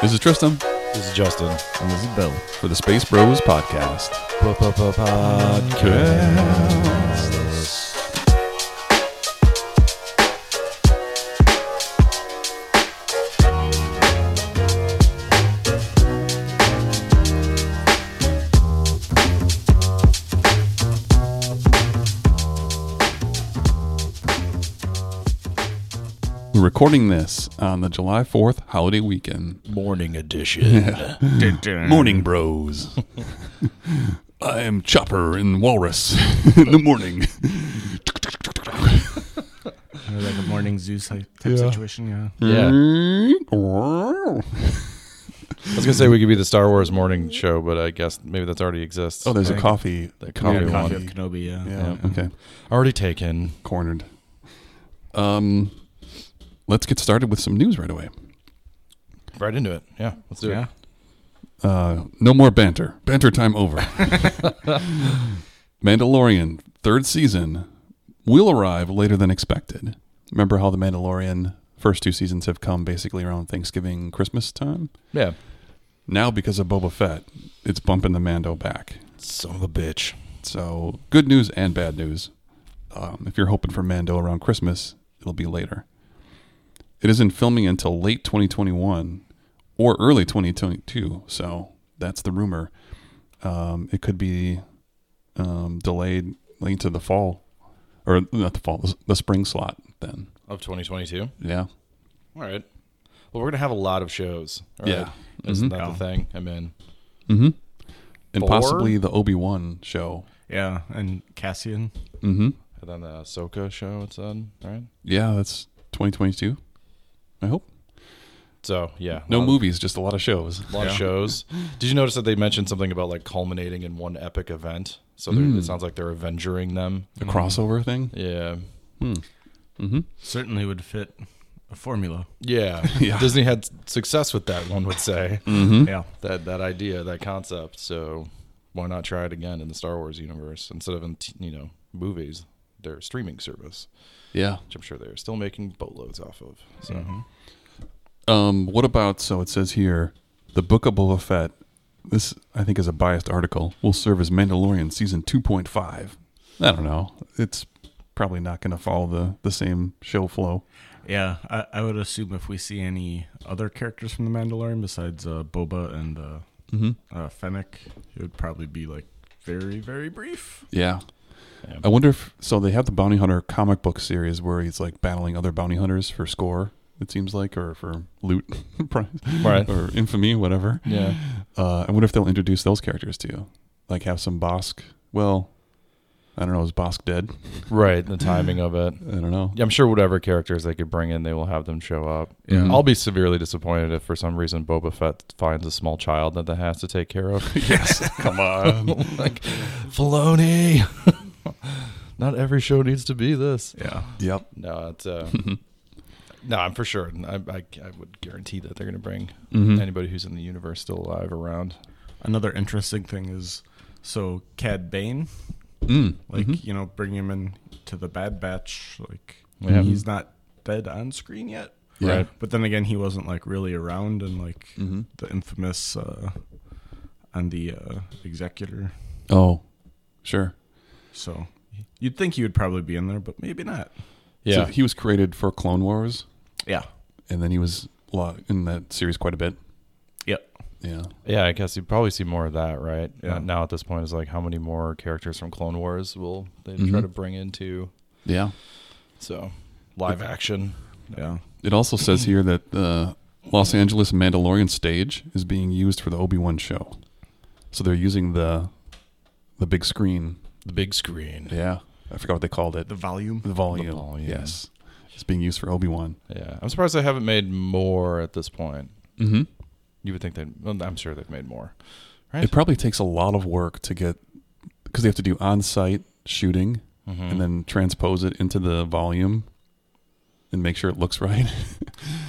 This is Tristan, This is Justin. And this is Bill. for the Space Bros podcast. We're recording this on the July 4th holiday weekend. Morning edition. Mm. Morning, bros. I am Chopper and Walrus in the morning. Like a morning zoo type situation, yeah. yeah. I was gonna say we could be the Star Wars morning show, but I guess maybe that's already exists. Oh, there's a coffee. The coffee coffee one. one. Kenobi, Kenobi yeah. Yeah, Yeah. okay. Already taken. Cornered. Um, let's get started with some news right away. Right into it. Yeah. Let's do Yeah. it. Uh, no more banter. Banter time over. Mandalorian third season will arrive later than expected. Remember how the Mandalorian first two seasons have come basically around Thanksgiving, Christmas time? Yeah. Now because of Boba Fett, it's bumping the Mando back. Son of a bitch. So good news and bad news. Um, if you're hoping for Mando around Christmas, it'll be later. It isn't filming until late 2021 or early 2022, so that's the rumor. Um, it could be um, delayed late to the fall, or not the fall, the s- the spring slot. Then, Of 2022. yeah, All right. Well, we're gonna have a lot of shows. all Yeah. right? Isn't Mhm. that the thing? I mean, mm-hmm. and Four? possibly the Obi Wan show. Yeah. And Cassian. Mm-hmm. and then the Ahsoka show. It's on. All right. Yeah, that's 2022. I hope So yeah. no lot of- movies, just a lot of shows. A lot of Yeah. shows. Did you notice that they mentioned something about like culminating in one epic event? So they're Mm. it sounds like they're avengering them. The crossover thing. Yeah. Mm-hmm. Certainly would fit a formula. Yeah. Yeah. Disney had success with that, one would say. Mm-hmm. Yeah. that that idea, that concept. So why not try it again in the Star Wars universe instead of in t- you know, movies, their streaming service, Yeah. which I'm sure they're still making boatloads off of. So Mhm. Um, what about so it says here, the Book of Boba Fett. This I think is a biased article. Will serve as Mandalorian season two point five. I don't know. It's probably not going to follow the the same show flow. Yeah. I, I would assume if we see any other characters from The Mandalorian besides uh, Boba and uh, Mm-hmm. uh, Fennec, it would probably be like very, very brief. Yeah. Yeah. I wonder if so they have the bounty hunter comic book series where he's like battling other bounty hunters for score. It seems like or for loot prize right. or infamy, whatever. Yeah. Uh, I wonder if they'll introduce those characters to you. Like have some Bosk. Well, I don't know. Is Bosk dead? Right. The timing of it. I don't know. Yeah, I'm sure whatever characters they could bring in, they will have them show up. Yeah. I'll be severely disappointed if for some reason Boba Fett finds a small child that they has to take care of. yes. Come on. like Um, Filoni. Not every show needs to be this. Yeah. yep. No, it's uh, no. I'm for sure. I, I, I would guarantee that they're going to bring Mhm. anybody who's in the universe still alive around. Another interesting thing is so Cad Bane, Mm. like, Mhm. you know, bring him in to the Bad Batch. Like, Yeah. he's not dead on screen yet. Yeah. Right. But then again, he wasn't like really around in like Mhm. the infamous uh, on the uh, executor. Oh, sure. So you'd think he would probably be in there, but maybe not. Yeah, So he was created for Clone Wars, Yeah. and then he was a lot in that series quite a bit. Yep. Yeah. yeah. I guess you probably see more of that, right? Yeah. Uh, Now at this point, is like how many more characters from Clone Wars will they Mhm. try to bring into Yeah. so live action? Yeah. It also says here that the Los Angeles Mandalorian stage is being used for the Obi Wan show, so they're using the the big screen. The big screen. Yeah. Yeah. I forgot what they called it. The volume. The volume. The volume. Yes. It's being used for Obi Wan. I'm surprised they haven't made more at this point. Mm-hmm. You would think they. Well, I'm sure they've made more. Right. It probably takes a lot of work to get, because they have to do on site shooting Mhm. Mm-hmm. and then transpose it into the volume and make sure it looks right.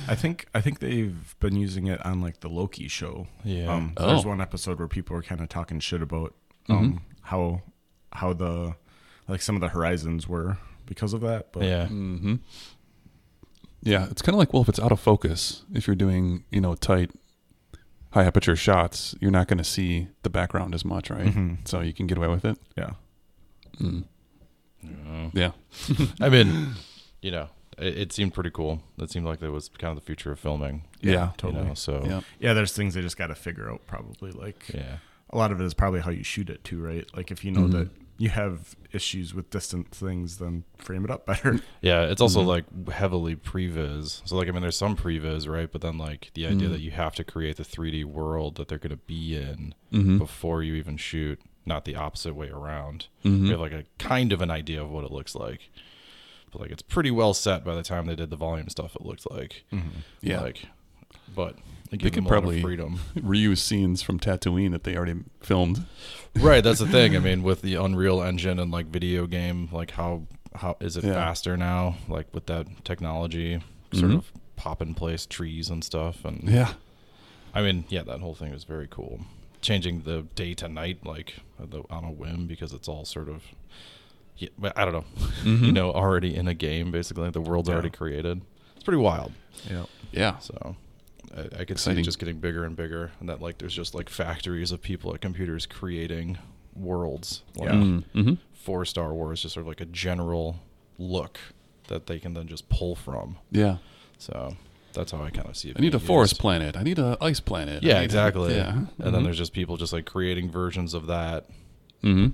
I think I think they've been using it on like the Loki show. yeah. Um, Oh. There's one episode where people were kind of talking shit about um, how how the like some of the horizons were because of that. But yeah. Mm-hmm. Yeah. It's kind of like, well, if it's out of focus, if you're doing, you know, tight high aperture shots, you're not going to see the background as much, right? Mhm. So you can get away with it. Yeah. Mm-hmm. Mm. Yeah. Yeah. I mean, you know, it, it seemed pretty cool. That seemed like that was kind of the future of filming. Yeah, You know, so Yeah. Yeah, there's things they just got to figure out probably. Like yeah. a lot of it is probably how you shoot it too, right? Like if you know Mhm. that you have issues with distant things, then frame it up better. Yeah, it's also Mhm. like heavily previs. So like I mean there's some previs, right? But then like the idea Mhm. that you have to create the 3D world that they're going to be in Mm-hmm. before you even shoot, not the opposite way around. Mhm. We have like a kind of an idea of what it looks like. But like it's pretty well set by the time they did the volume stuff it looked like. Yeah. Like but it They gave could them a lot of probably- freedom. Reuse scenes from Tatooine that they already filmed. right that's the thing i mean with the unreal engine and like video game like how how is it Yeah. faster now like with that technology sort Mhm. of pop in place trees and stuff and Yeah. i mean yeah that whole thing was very cool changing the day to night like at the- on a whim because it's all sort of yeah, but i don't know Mm-hmm. you know already in a game basically the world's Yeah. already created it's pretty wild Yeah. Yeah. so I, I could see Exciting. it just getting bigger and bigger, and that like there's just like factories of people at computers creating worlds like, Yeah. Mm-hmm. for Star Wars, just sort of like a general look that they can then just pull from. Yeah. So that's how I kind of see it. I need a being forest used. planet. I need a ice planet. I Yeah, need- exactly. Yeah. And uh, then there's just people just like creating versions of that Mm-hmm.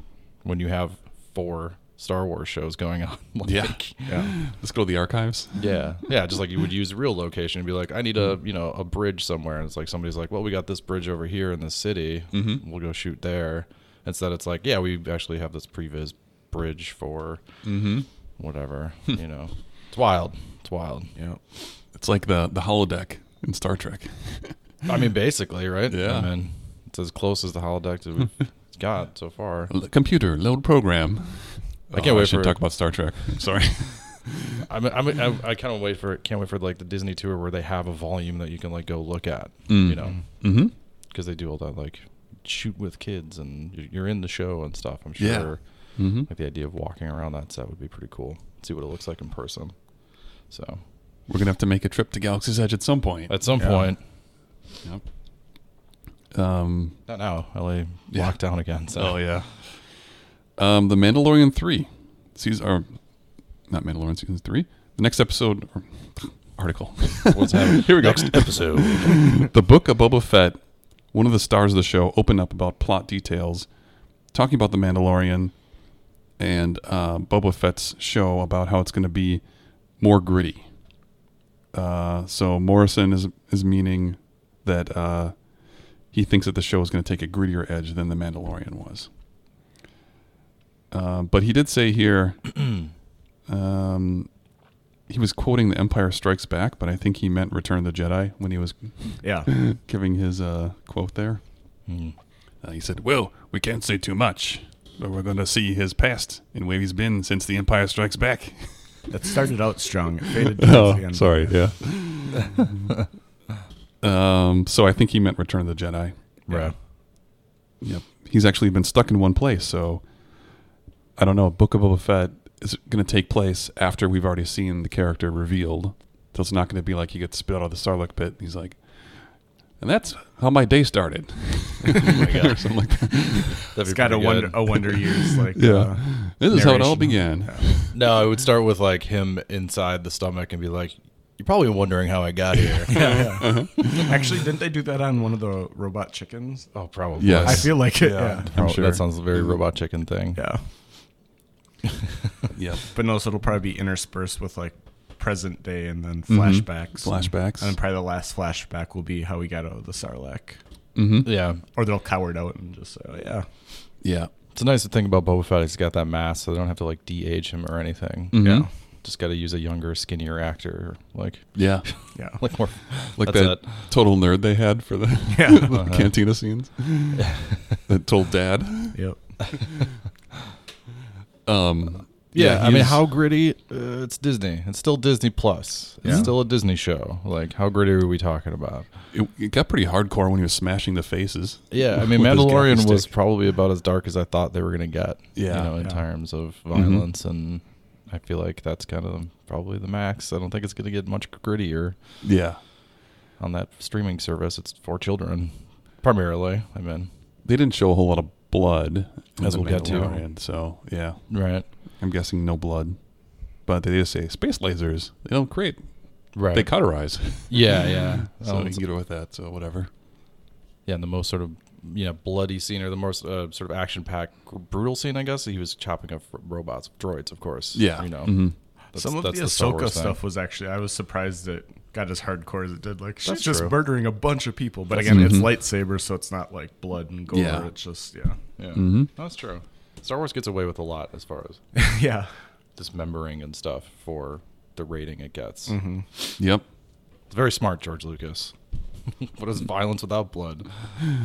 when you have four Star Wars shows going on. like, Yeah. Yeah. Let's go to the archives. Yeah, yeah, just like you would use real location and be like, I need Mm-hmm. a you know a bridge somewhere, and it's like somebody's like, well, we got this bridge over here in this city, Mhm. we'll go shoot there. Instead, it's like, yeah, we actually have this previs bridge for Mm-hmm. whatever, Hmm. you know. It's wild. It's wild. Yeah. It's like the the holodeck in Star Trek. I mean, basically, right? Yeah. I mean, it's as close as the holodeck that we've got so far. L- Computer load program. Oh, I can't wait should for- talk about Star Trek. I'm sorry. I'm, I'm, I'm, I kind of wait for can't wait for like the Disney tour where they have a volume that you can like go look at, Mm. you know, mm-hmm. because they do all that like shoot with kids and you- you're in the show and stuff. I'm sure. Yeah. Mm-hmm. Like the idea of walking around that set would be pretty cool. See what it looks like in person. So We're gonna have to make a trip to Galaxy's Edge at some point. at some Yeah. point, Um. not now, LA Yeah. locked down again. So Oh yeah. Um, the Mandalorian three, season or not Mandalorian season three. The next episode or article. what's happening? Here we go. Next episode. the book of Boba Fett, one of the stars of the show, opened up about plot details, talking about the Mandalorian and uh, Boba Fett's show about how it's going to be more gritty. Uh, so Morrison is is meaning that uh, he thinks that the show is going to take a grittier edge than the Mandalorian was. Uh, but he did say here, um, he was quoting The Empire Strikes Back, but I think he meant Return of the Jedi when he was Yeah. giving his uh, quote there. Hmm. Uh, he said, Well, we can't say too much, but we're going to see his past and where he's been since The Empire Strikes Back. It started out strong. It faded Oh, towards the end. yeah. um, so I think he meant Return of the Jedi. Yeah. Yep. He's actually been stuck in one place, so I don't know. Book of Boba Fett is going to take place after we've already seen the character revealed. So it's not going to be like he gets spit out of the Sarlacc pit. And he's like, and that's how my day started. or something like that. That'd It's be got a pretty wonder, oh. good. a wonder years like Yeah. uh, This is how it all Narration. began. No, it would start with like him inside the stomach and be like, "You're probably wondering how I got here." yeah, Uh-huh. yeah. Actually, didn't they do that on one of the robot chickens? oh, probably. Yes. I feel like it. Yeah, Yeah. I'm Prob- sure. Mm-hmm. that sounds very robot chicken thing. Yeah. Yep. But no, so it'll probably be interspersed with like present day and then flashbacks. Mm-hmm. Flashbacks. And then probably the last flashback will be how we got out of the Sarlacc. Mm-hmm. Yeah, Or they'll cower it out and just say, oh, yeah. Yeah. it's a nice thing about Boba Fett. He's got that mask, so they don't have to like de-age him or anything. Mhm. Yeah. Just got to use a younger, skinnier actor, like Yeah. Yeah. like more Like That's that total nerd they had for the, Yeah. the Uh-huh. cantina scenes. that told dad. Yep. Um, Yeah, I he mean, is- how gritty? Uh, it's Disney. It's still Disney Plus. It's Yeah. still a Disney show. Like, how gritty are we talking about? It, it got pretty hardcore when he was smashing the faces. Yeah, I mean, With his Mandalorian gaffy was stick. probably about as dark as I thought they were going to get. Yeah. you know, in Yeah. terms of violence, and I feel like that's kind of probably the max. I don't think it's going to get much grittier Yeah. on that streaming service. It's for children, primarily. I mean, They didn't show a whole lot of blood in As The we'll get to. Mandalorian, So yeah, right, I'm guessing no blood, but they just say space lasers. They don't create. right. Oh, They cauterize. yeah, yeah. so Um, you can get away with that. So whatever. yeah, and the most sort of you know bloody scene or the most uh, sort of action packed brutal scene, I guess. He was chopping up robots, droids, of course. Yeah. you know. Mhm. That's- Some of the that's Star Ahsoka Wars thing. stuff was actually I was surprised it got as hardcore as it did. Like she's That's just true. murdering a bunch of people, but That's again, it's true. lightsabers, so it's not like blood and gore. Yeah. It's just yeah, Yeah, Mhm. that's true. Star Wars gets away with a lot as far as yeah. dismembering and stuff for the rating it gets. Mm-hmm. Yep. It's very smart, George Lucas. what is violence without blood?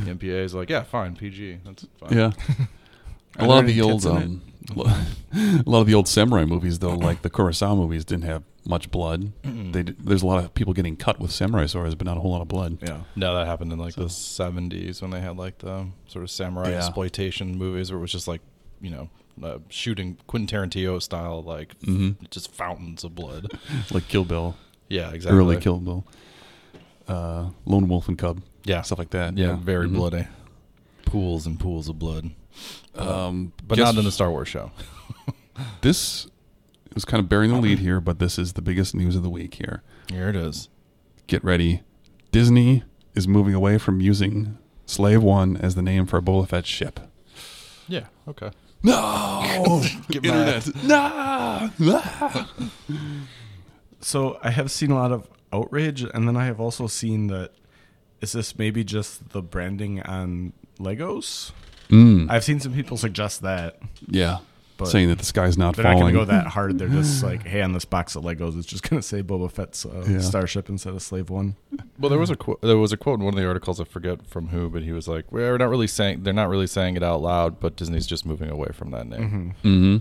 The MPA is like, yeah, fine, PG. That's fine. Yeah. a Are lot there of the any old tits in um, a lot of the old samurai movies though, like the Kurosawa movies, didn't have much blood. They d- there's a lot of people getting cut with samurai swords, but not a whole lot of blood. Yeah. No, that happened in like the seventies when they had like the um, sort of samurai Yeah. exploitation movies where it was just like, you know, uh, shooting Quentin Tarantino style, like Mhm. just fountains of blood. Like Kill Bill, yeah, exactly. early Kill Bill, uh, Lone Wolf and Cub, Yeah, stuff like that. yeah, very Mhm. bloody. Pools and pools of blood, Um, but guess not in the Star Wars show. This was kind of burying the lead here, but this is the biggest news of the week here. Here it is. Get ready, Disney is moving away from using Slave One as the name for a Boba Fett ship. Yeah. Okay. No, Get internet. No. So I have seen a lot of outrage, and then I have also seen that is this maybe just the branding on Legos? Mm, I've seen some people suggest that yeah, But- saying that the sky's not they're falling. not going to go that hard. They're just like, hey, on this box of Legos, it's just going to say Boba Fett's uh, Yeah. starship instead of Slave One. Well, there was a qu- there was a quote in one of the articles I forget from who, but he was like, "We're not really saying they're not really saying it out loud, but Disney's just moving away from that name." hmm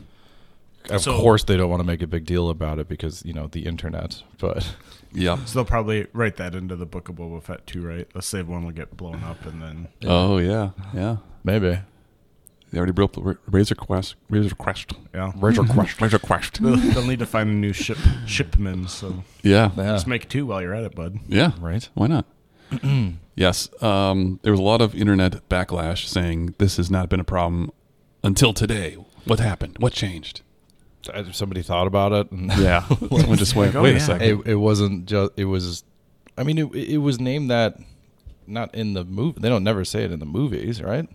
Of So- course, they don't want to make a big deal about it because you know the internet. But Yep. So they'll probably write that into the book of Boba Fett too, right? The Slave One will get blown up, and then Oh yeah, yeah. maybe They already broke the Ra- Razor Quest. Razor Crest. yeah, Rachel crushed. Razor Crest. they'll, they'll need to find a new ship shipman. So yeah, Yeah. just make two while you're at it, bud. yeah. Right. Why not? yes. Um, there was a lot of internet backlash saying this has not been a problem until today. What happened? What changed? Uh, Somebody thought about it, and Yeah. Someone just went. Like, oh, Wait a yeah. second. it, it wasn't just. It was. I mean, it, it was named that. Not in the movie. They don't never say it in the movies, right?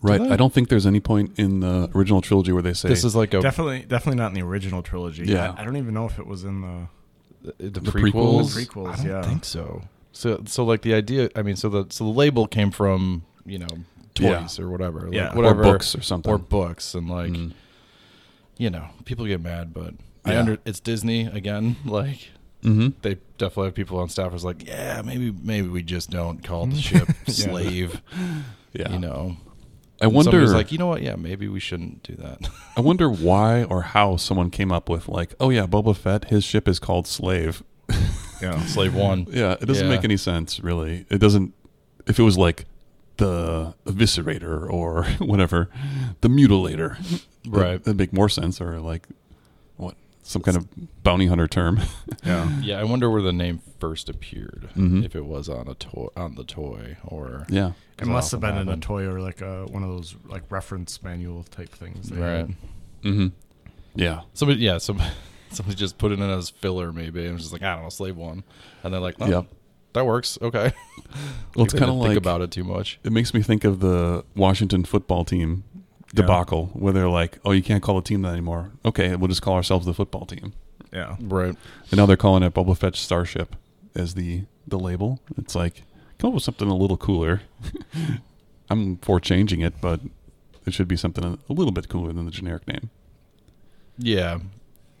right. Did I- I don't think there's any point in the original trilogy where they say This is like a Definitely, definitely not in the original trilogy. Yeah. I, I don't even know if it was in the uh, the, the prequels? prequels. The prequels, I don't yeah. think so. So, so like the idea. I mean, so the so the label came from you know toys or whatever, like Yeah. Or whatever or books or something. or books, and like Mm. you know, people get mad, but I Yeah. under it's Disney again. Like hmm they definitely have people on staff who's like, yeah, maybe maybe we just don't call the ship slave. Yeah. You know, I And somebody's wonder. like, you know what? Yeah, maybe we shouldn't do that. I wonder why or how someone came up with like, oh yeah, Boba Fett, his ship is called Slave. yeah. slave one. Yeah, it doesn't Yeah. make any sense really. It doesn't. If it was like the eviscerator or whatever, the mutilator, Right. That'd make more sense. Or like what some kind of bounty hunter term. yeah. Yeah, I wonder where the name first appeared. Mhm. If it was on a toy, on the toy, or yeah, It must have been in a Happened. toy or like a, one of those like reference manual type things. they right. had. mm-hmm. yeah, Somebody, yeah, some somebody just put it in as filler, maybe, and was just like, I don't know, slave one, and they're like, oh, Yep. that works, okay. Well, it's They didn't kinda like- think about it too much. It makes me think of the Washington football team debacle where they're like, oh, you can't call a team that anymore. Okay, we'll just call ourselves the football team. Yeah. Right. And now they're calling it Boba Fett Starship as the the label. It's like come up with something a little cooler. I'm for changing it, but it should be something a little bit cooler than the generic name. Yeah.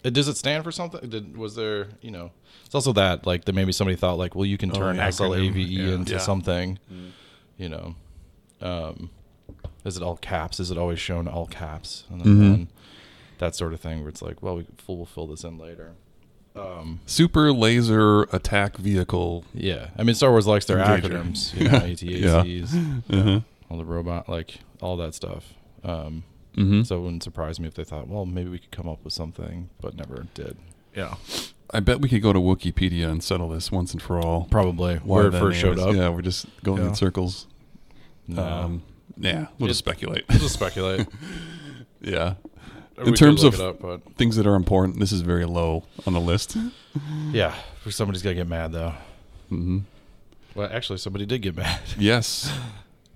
It, does it stand for something? Did, was there, you know, it's also that like that maybe somebody thought like, well, you can Oh, turn an acronym. SLAVE Yeah. E into Yeah. something, you know. Um, is it all caps? Is it always shown all caps? And then Mhm. one- that sort of thing where it's like, well, we, we'll fill this in later. Um, Super laser attack vehicle. Yeah, I mean, Star Wars likes their Engager. acronyms, you know, ATACs, Uh-huh. all the robot, like all that stuff. Um, Mm-hmm. So it wouldn't surprise me if they thought, well, maybe we could come up with something, but never did. Yeah. I bet we could go to Wikipedia and settle this once and for all. Probably Why where it that first name showed is- up. Yeah, we're just going Yeah. in circles. No. Um, yeah, we'll just speculate. We'll just speculate. yeah, We In could terms look of- it up, but things that are important. This is very low on the list. yeah, somebody's gonna get mad though. hmm Well, actually, somebody did get mad. Yes,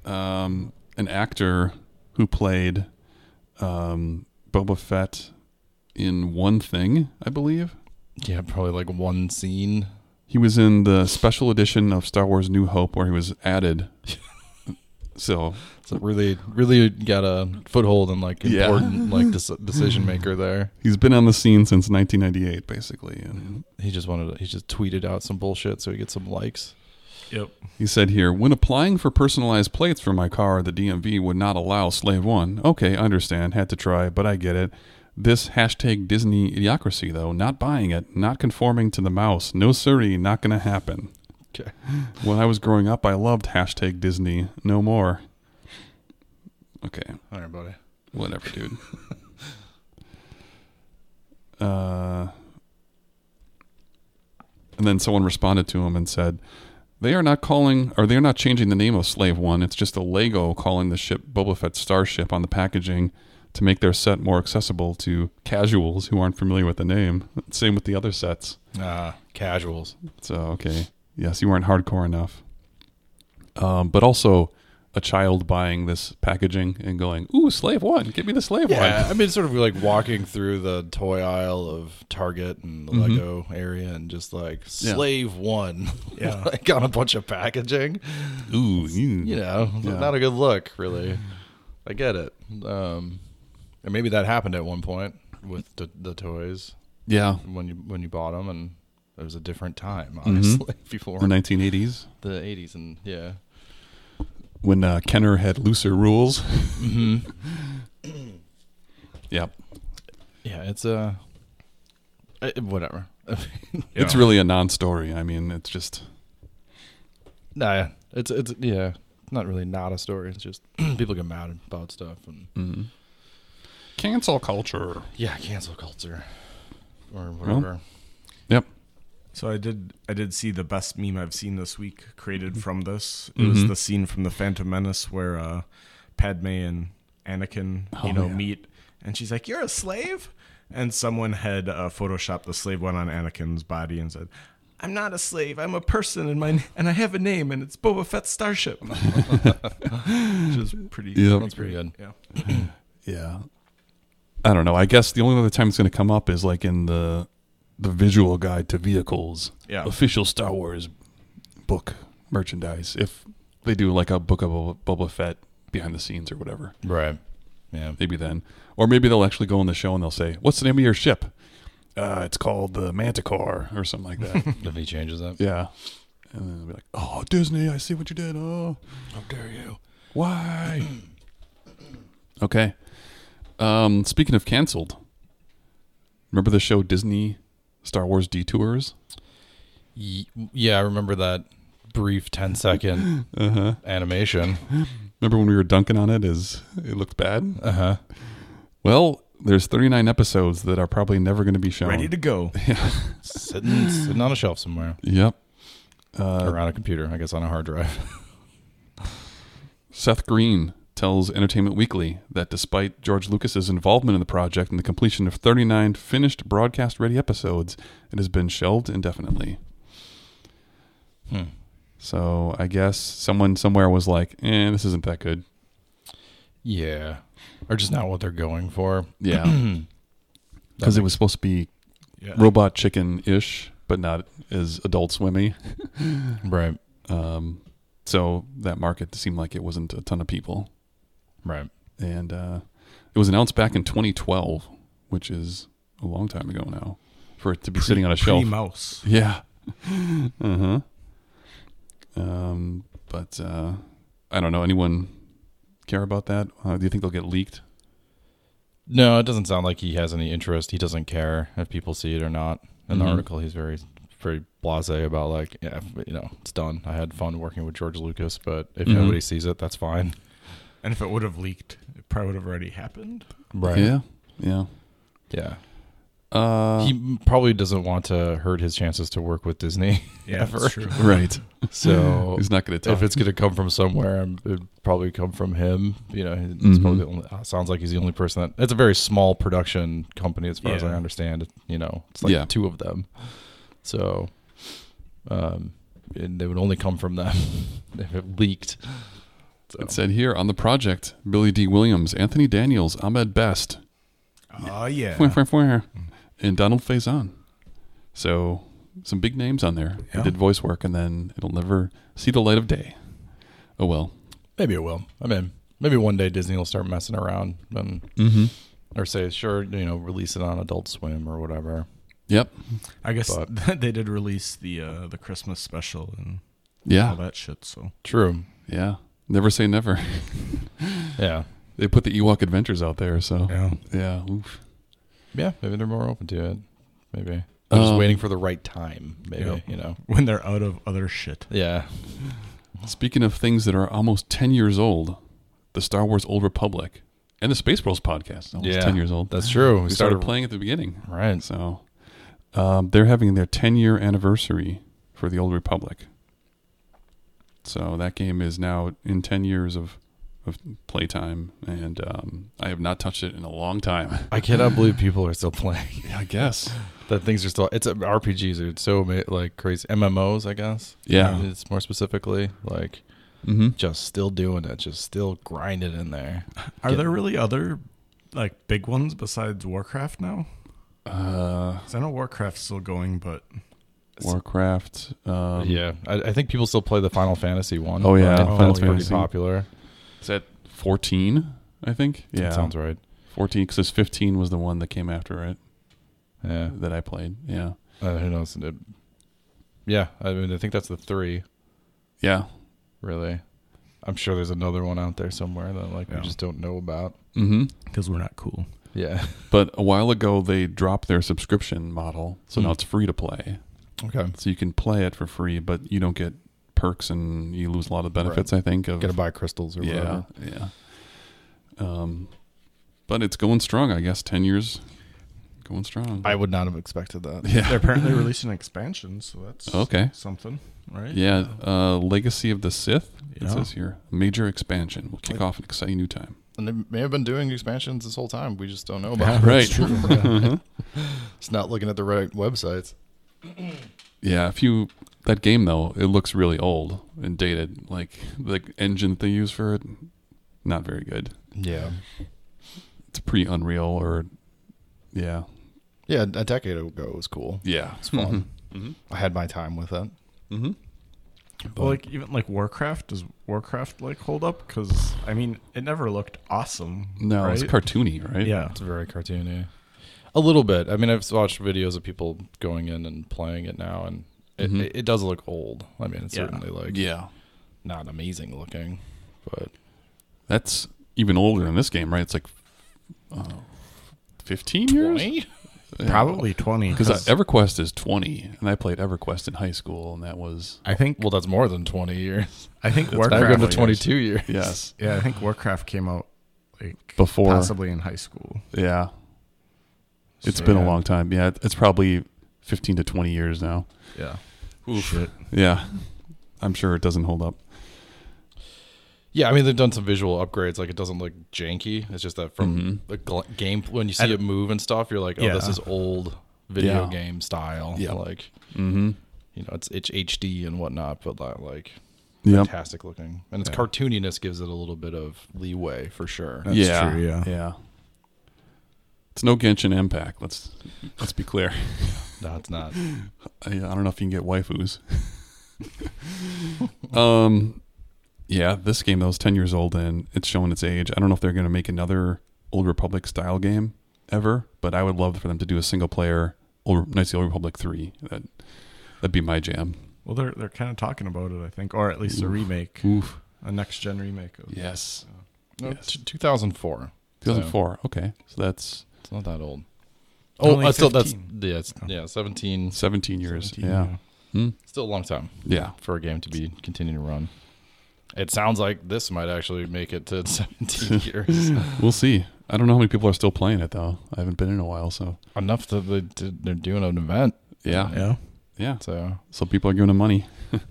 um, an actor who played um, Boba Fett in one thing, I believe. Yeah, probably like one scene. He was in the special edition of Star Wars New Hope where he was added. so So really, really got a foothold in like Yeah. important like dec- decision maker there. he's been on the scene since 1998, basically. And He just wanted. To, he just tweeted out some bullshit so he gets some likes. Yep. he said here, when applying for personalized plates for my car, the DMV would not allow Slave One. Okay, I understand. Had to try, but I get it. This hashtag Disney idiocracy, though, not buying it, not conforming to the mouse. No siree, not going to happen. Okay. When I was growing up, I loved hashtag Disney. No more. Okay. All right, buddy. Whatever, dude. uh, and then someone responded to him and said, "They are not calling, or they are not changing the name of Slave One. It's just a Lego calling the ship Boba Fett's starship on the packaging to make their set more accessible to casuals who aren't familiar with the name. Same with the other sets. Ah, casuals. So okay, yes, you weren't hardcore enough. Um, but also." A child buying this packaging and going, "Ooh, slave one! Give me the slave one!" Yeah, I mean, sort of like walking through the toy aisle of Target and the Mhm. Lego area, and just like slave one, Yeah. like on a bunch of packaging. Ooh, You know, Yeah. not a good look, really. I get it. Um, and maybe that happened at one point with the, the toys yeah, when you when you bought them, and it was a different time, obviously. People the were in 1980s the '80s, and yeah, when uh, Kenner had looser rules. Mm-hmm. yep. yeah, it's uh, eh, whatever. it's really a non-story. I mean, it's just Nah, it's it's yeah, not really not a story. It's just people get mad about stuff and cancel culture. yeah, cancel culture or whatever. Yep. So I did. I did see the best meme I've seen this week Mm-hmm. created from this. It was the scene from the Phantom Menace where uh, Padme and Anakin, Oh, you know, yeah. meet, and she's like, "You're a slave," and someone had uh, photoshopped the slave one on Anakin's body and said. I'm not a slave. I'm a person, and my and I have a name, and it's Boba Fett's starship, which is pretty. Yep. That's pretty good. Yeah. Yeah. I don't know. I guess the only other time it's going to come up is like in the the visual guide to vehicles. Yeah. Official Star Wars book merchandise. If they do like a book of Boba- Boba Fett behind the scenes or whatever. Right. Yeah. maybe then. Or maybe they'll actually go on the show and they'll say, "What's the name of your ship?" Uh, it's called the Manticore or something like that. If he changes that. yeah, and then they'll be like, "Oh, Disney, I see what you did. Oh, How dare you? why?" okay. Um, speaking of canceled, remember the show Disney Star Wars Detours? Y- yeah, I remember that brief 10 second animation. Remember when we were dunking on it? As it looked bad. Uh huh. Well, there's 39 episodes that are probably never going to be shown. Ready to go. sitting, sitting on a shelf somewhere Yep. Uh, or on a computer, I guess, on a hard drive. Seth Green tells Entertainment Weekly that despite George Lucas's involvement in the project and the completion of 39 finished broadcast ready episodes, it has been shelved indefinitely. Hmm. So I guess someone somewhere was like, eh, this isn't that good. Yeah. Or just not what they're going for. Yeah. Because it was supposed to be robot chicken ish, but not as adult swimmy. Right. Um, so that market seemed like it wasn't a ton of people. Right. And uh, it was announced back in 2012, which is a long time ago now, for it to be sitting on a shelf. mouse. Yeah. uh huh. Um, but uh, I don't know. Anyone care about that? Uh, do you think they'll get leaked? No, it doesn't sound like he has any interest. He doesn't care if people see it or not. In Mhm. the article, he's very, very blasé about like, yeah, you know, it's done. I had fun working with George Lucas, but if Mhm. nobody sees it, that's fine. And if it would have leaked, it probably would have already happened. Right. Yeah. Yeah. Yeah. Uh, he m- probably doesn't want to hurt his chances to work with Disney Yeah, that's ever. true. right. So He's not going to if talk. it's going to come from somewhere, um, it'd probably come from him. You know, he's Mhm. probably the only, uh, sounds like he's the only person that. It's a very small production company, as far as I Yeah. understand. You know, it's like Yeah. two of them, so um, and they would only come from them if it leaked. So It said here on the project Billy D. Williams, Anthony Daniels, Ahmed Best, Oh yeah. Fwah, fwah, fwah. and Donald Faison. So some big names on there. They Yeah. did voice work, and then it'll never see the light of day. Oh well. maybe it will. I mean, maybe one day Disney will start messing around and Mm-hmm. or say, sure, you know, release it on Adult Swim or whatever. Yep. I guess But- they did release the uh, the Christmas special and all Yeah. that shit. So True. Yeah. Never say never. Yeah. they put the Ewok Adventures out there, so yeah, yeah. Oof. Yeah, maybe they're more open to it. Maybe. They're just Um, waiting for the right time, maybe, Yep. you know. when they're out of other shit. Yeah. Speaking of things that are almost ten years old, the Star Wars Old Republic and the Space Bros podcast is almost Yeah. ten years old. That's true. We, we started playing at the beginning. Right. So um, they're having their 10 year anniversary for the Old Republic. So that game is now in 10 years of, of playtime, and um, I have not touched it in a long time. I cannot believe people are still playing. Yeah, I guess. that things are still it's uh, RPGs are so ama- like crazy MMOs, I guess. Yeah. It's more specifically like Mm-hmm. just still doing it, just still grinding in there. Are Yeah. there really other like big ones besides Warcraft now? Mm-hmm. Uh, 'Cause I know Warcraft's still going, but Warcraft. Um, yeah. I, I think people still play the Final Fantasy one. Oh, yeah. Right? Oh, That's pretty Fantasy. popular. Is that 14, I think? Yeah. That sounds right. 14, because 15 was the one that came after it Yeah. that I played. Yeah. Uh, who knows? It- yeah, I mean, I think that's the three, Yeah. really. I'm sure there's another one out there somewhere that like Yeah. we just don't know about. Mm-hmm. because we're not cool. Yeah. But a while ago, they dropped their subscription model, so now Hmm. it's free to play. Okay. So you can play it for free, but you don't get perks and you lose a lot of benefits. I think of Gotta buy crystals or yeah, whatever. yeah. Um, but it's going strong, I guess. Ten years, going strong. I would not have expected that. yeah, They're apparently releasing expansion, so that's Okay. Something, right? yeah. Uh, Legacy of the Sith. It Yeah. says here, major expansion will kick off an exciting new time. And they may have been doing expansions this whole time. We just don't know Yeah, about Right. That's true. it. It's not looking at the right websites. Yeah, if you that game though, it looks really old and dated. Like the engine that they use for it, not very good. Yeah. It's pretty unreal or yeah. Yeah, a decade ago it was cool. Yeah. It's fun. Mm-hmm. I had my time with it. Mm-hmm. Well, like even like Warcraft does Warcraft like hold up? Because I mean, it never looked awesome. No, it's right? cartoony, right? Yeah, It's very cartoony. A little bit. I mean, I've watched videos of people going in and playing it now, and it, Mhm. it, it does look old. I mean, it's Yeah. certainly like Yeah. not amazing looking, but That's even older than this game, right? It's like uh, 15 years? probably twenty. Because uh, EverQuest is 20, and I played EverQuest in high school, and that was. I think well, that's more than twenty years. I think Now you're Warcraft going to twenty-two years. Yes. Yeah, I think Warcraft came out like Before. possibly in high school. Yeah. It's So, been a yeah. long time. Yeah. It's probably 15 to 20 years now. Yeah. Oof. Shit. Yeah. I'm sure it doesn't hold up. Yeah, I mean they've done some visual upgrades. Like it doesn't look janky. It's just that from Mhm. the gl- game when you see And- it move Mm-hmm. and stuff, you're like, oh, this Yeah. is old video Yeah. game style. Yeah. like Mm you know, it's it's HD and whatnot, but not like hmm. Yep. fantastic looking. And its Yeah. cartooniness gives it a little bit of leeway for sure. That's yeah, true, yeah. yeah. It's no Genshin Impact. Let's let's be clear. No, it's not. I, I don't know if you can get waifus. um, yeah, this game though is ten years old and it's showing its age. I don't know if they're going to make another Old Republic style game ever, but I would love for them to do a single player Old Knights of the Old Republic three. That that'd be my jam. Well, they're they're kind of talking about it, I think, or at least a Oof. remake, Oof. a next gen remake. Of Yes. No, Yes. t- 2004. 2004. Okay, so that's It's not that old. It's Oh, only uh, still that's 15. yeah, it's, yeah, 17. 17 years. 17, yeah. Hmm. Still a long time Yeah. for a game to be continuing to run. It sounds like this might actually make it to 17 years. We'll see. I don't know how many people are still playing it though. I haven't been in a while, so Enough that they did, they're doing an event. yeah, yeah. Yeah. So So people are giving them money.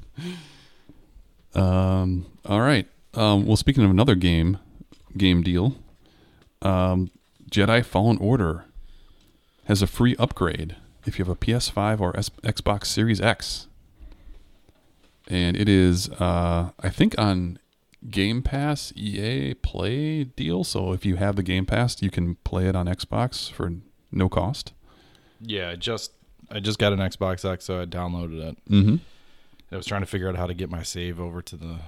um, all right. Um, well, speaking of another game, game deal, um, Jedi Fallen Order has a free upgrade if you have a PS5 or S- Xbox Series X, and it is uh, I think on Game Pass EA Play deal. So if you have the Game Pass, you can play it on Xbox for no cost. yeah, I just I just got an Xbox X, so I downloaded it. Mm-hmm. I was trying to figure out how to get my save over to the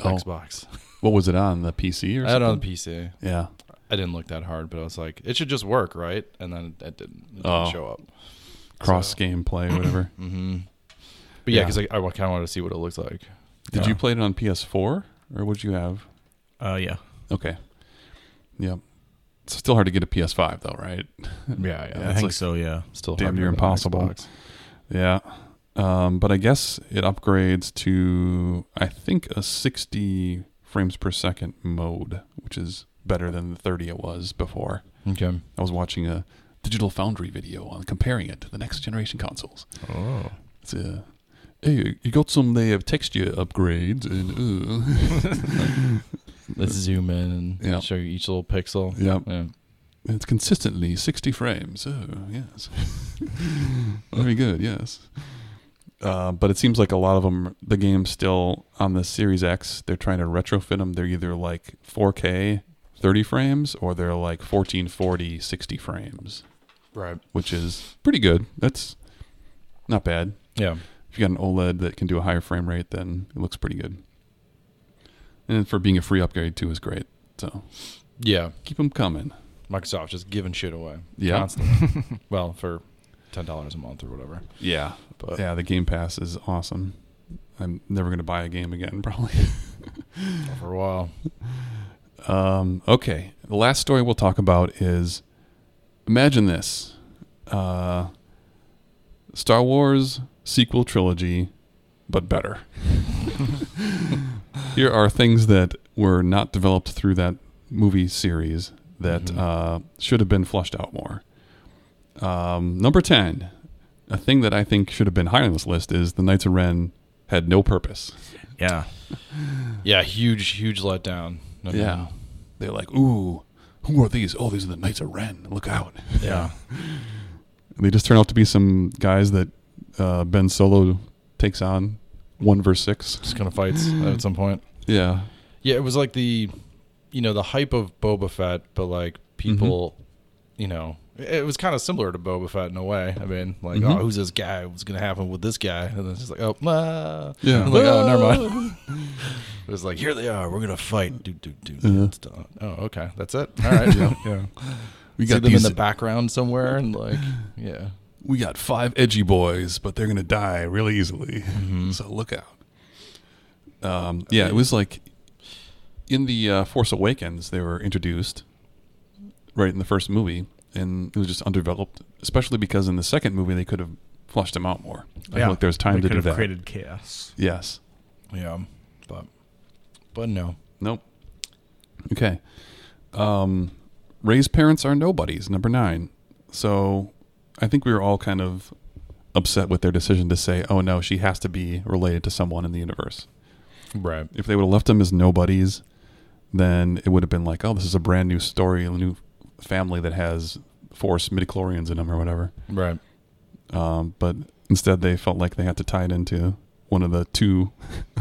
Oh. Xbox. What was it on the PC or I had it something? on the PC. yeah. I didn't look that hard, but I was like, it should just work, right? And then it didn't, it didn't Oh. show up. cross game play, whatever. Mm-hmm. But yeah, Yeah. because I, I kind of wanted to see what it looks like. Did Yeah. you play it on PS4 or what did you have? Uh, yeah. Okay. Yep. It's still hard to get a PS5 though, right? Yeah, yeah. Yeah. I it's think like- so. Yeah. Still Damn harder near than an impossible. Xbox. Yeah. Um, but I guess it upgrades to I think a 60 frames per second mode, which is better than the 30 it was before. Okay. I was watching a Digital Foundry video on comparing it to the next generation consoles. Oh. It's a Hey, you got some? They have texture upgrades, and uh, Let's zoom in and Yeah. show you each little pixel. yeah, Yeah. It's consistently 60 frames. Oh, yes. Very good, yes. Uh, but it seems like a lot of them, the game's still on the Series X. They're trying to retrofit them. They're either like 4K 30 frames or they're like 1440 60 frames, Right. which is pretty good. That's not bad. Yeah. If you got an OLED that can do a higher frame rate, then it looks pretty good. And for being a free upgrade, too, is great. So Yeah. keep them coming. Microsoft just giving shit away. Yeah. Constantly. well, for ten dollars a month or whatever. Yeah. But yeah, the Game Pass is awesome. I'm never going to buy a game again, probably. for a while. Um, okay, the last story we'll talk about is imagine this uh, Star Wars sequel trilogy, but better. Here are things that were not developed through that movie series that Mhm. uh, should have been flushed out more. Um, number 10, a thing that I think should have been higher on this list is the Knights of Ren had no purpose. Yeah. Yeah, huge, huge letdown. No, no, Yeah. They're like, ooh, who are these? Oh, these are the Knights of Ren. Look out. no. yeah, And they just turn out to be some guys that uh, Ben Solo takes on one verse six. just kind of fights at some point. Yeah. Yeah, it was like the, you know, the hype of Boba Fett, but like Mm-hmm. people, you know, it was kind of similar to Boba Fett in a way. I mean, like, Mhm. oh, who's this guy? What's gonna happen with this guy? And then it's just like, oh, ah. Yeah. I'm like, oh, never mind. it was like, here they are. We're gonna fight. Do do do. Uh-huh. It's done. Oh, okay, that's it. All right. yeah. We See got them these, in the background somewhere, and like, yeah, we got five edgy boys, but they're gonna die really easily. Mm-hmm. So look out. Um, yeah, it was like in the uh, Force Awakens they were introduced right in the first movie, and it was just underdeveloped, especially because in the second movie they could have flushed them out more. I Yeah. feel like there's time they to could do have that. created chaos. yes. yeah, but but no. Nope. Okay. Um, Ray's parents are nobodies, number nine. So I think we were all kind of upset with their decision to say, oh no, she has to be related to someone in the universe. Right. If they would have left them as nobodies, then it would have been like, oh, this is a brand new story, a new family that has force midichlorians in them or whatever. Right. Um, but instead, they felt like they had to tie it into one of the two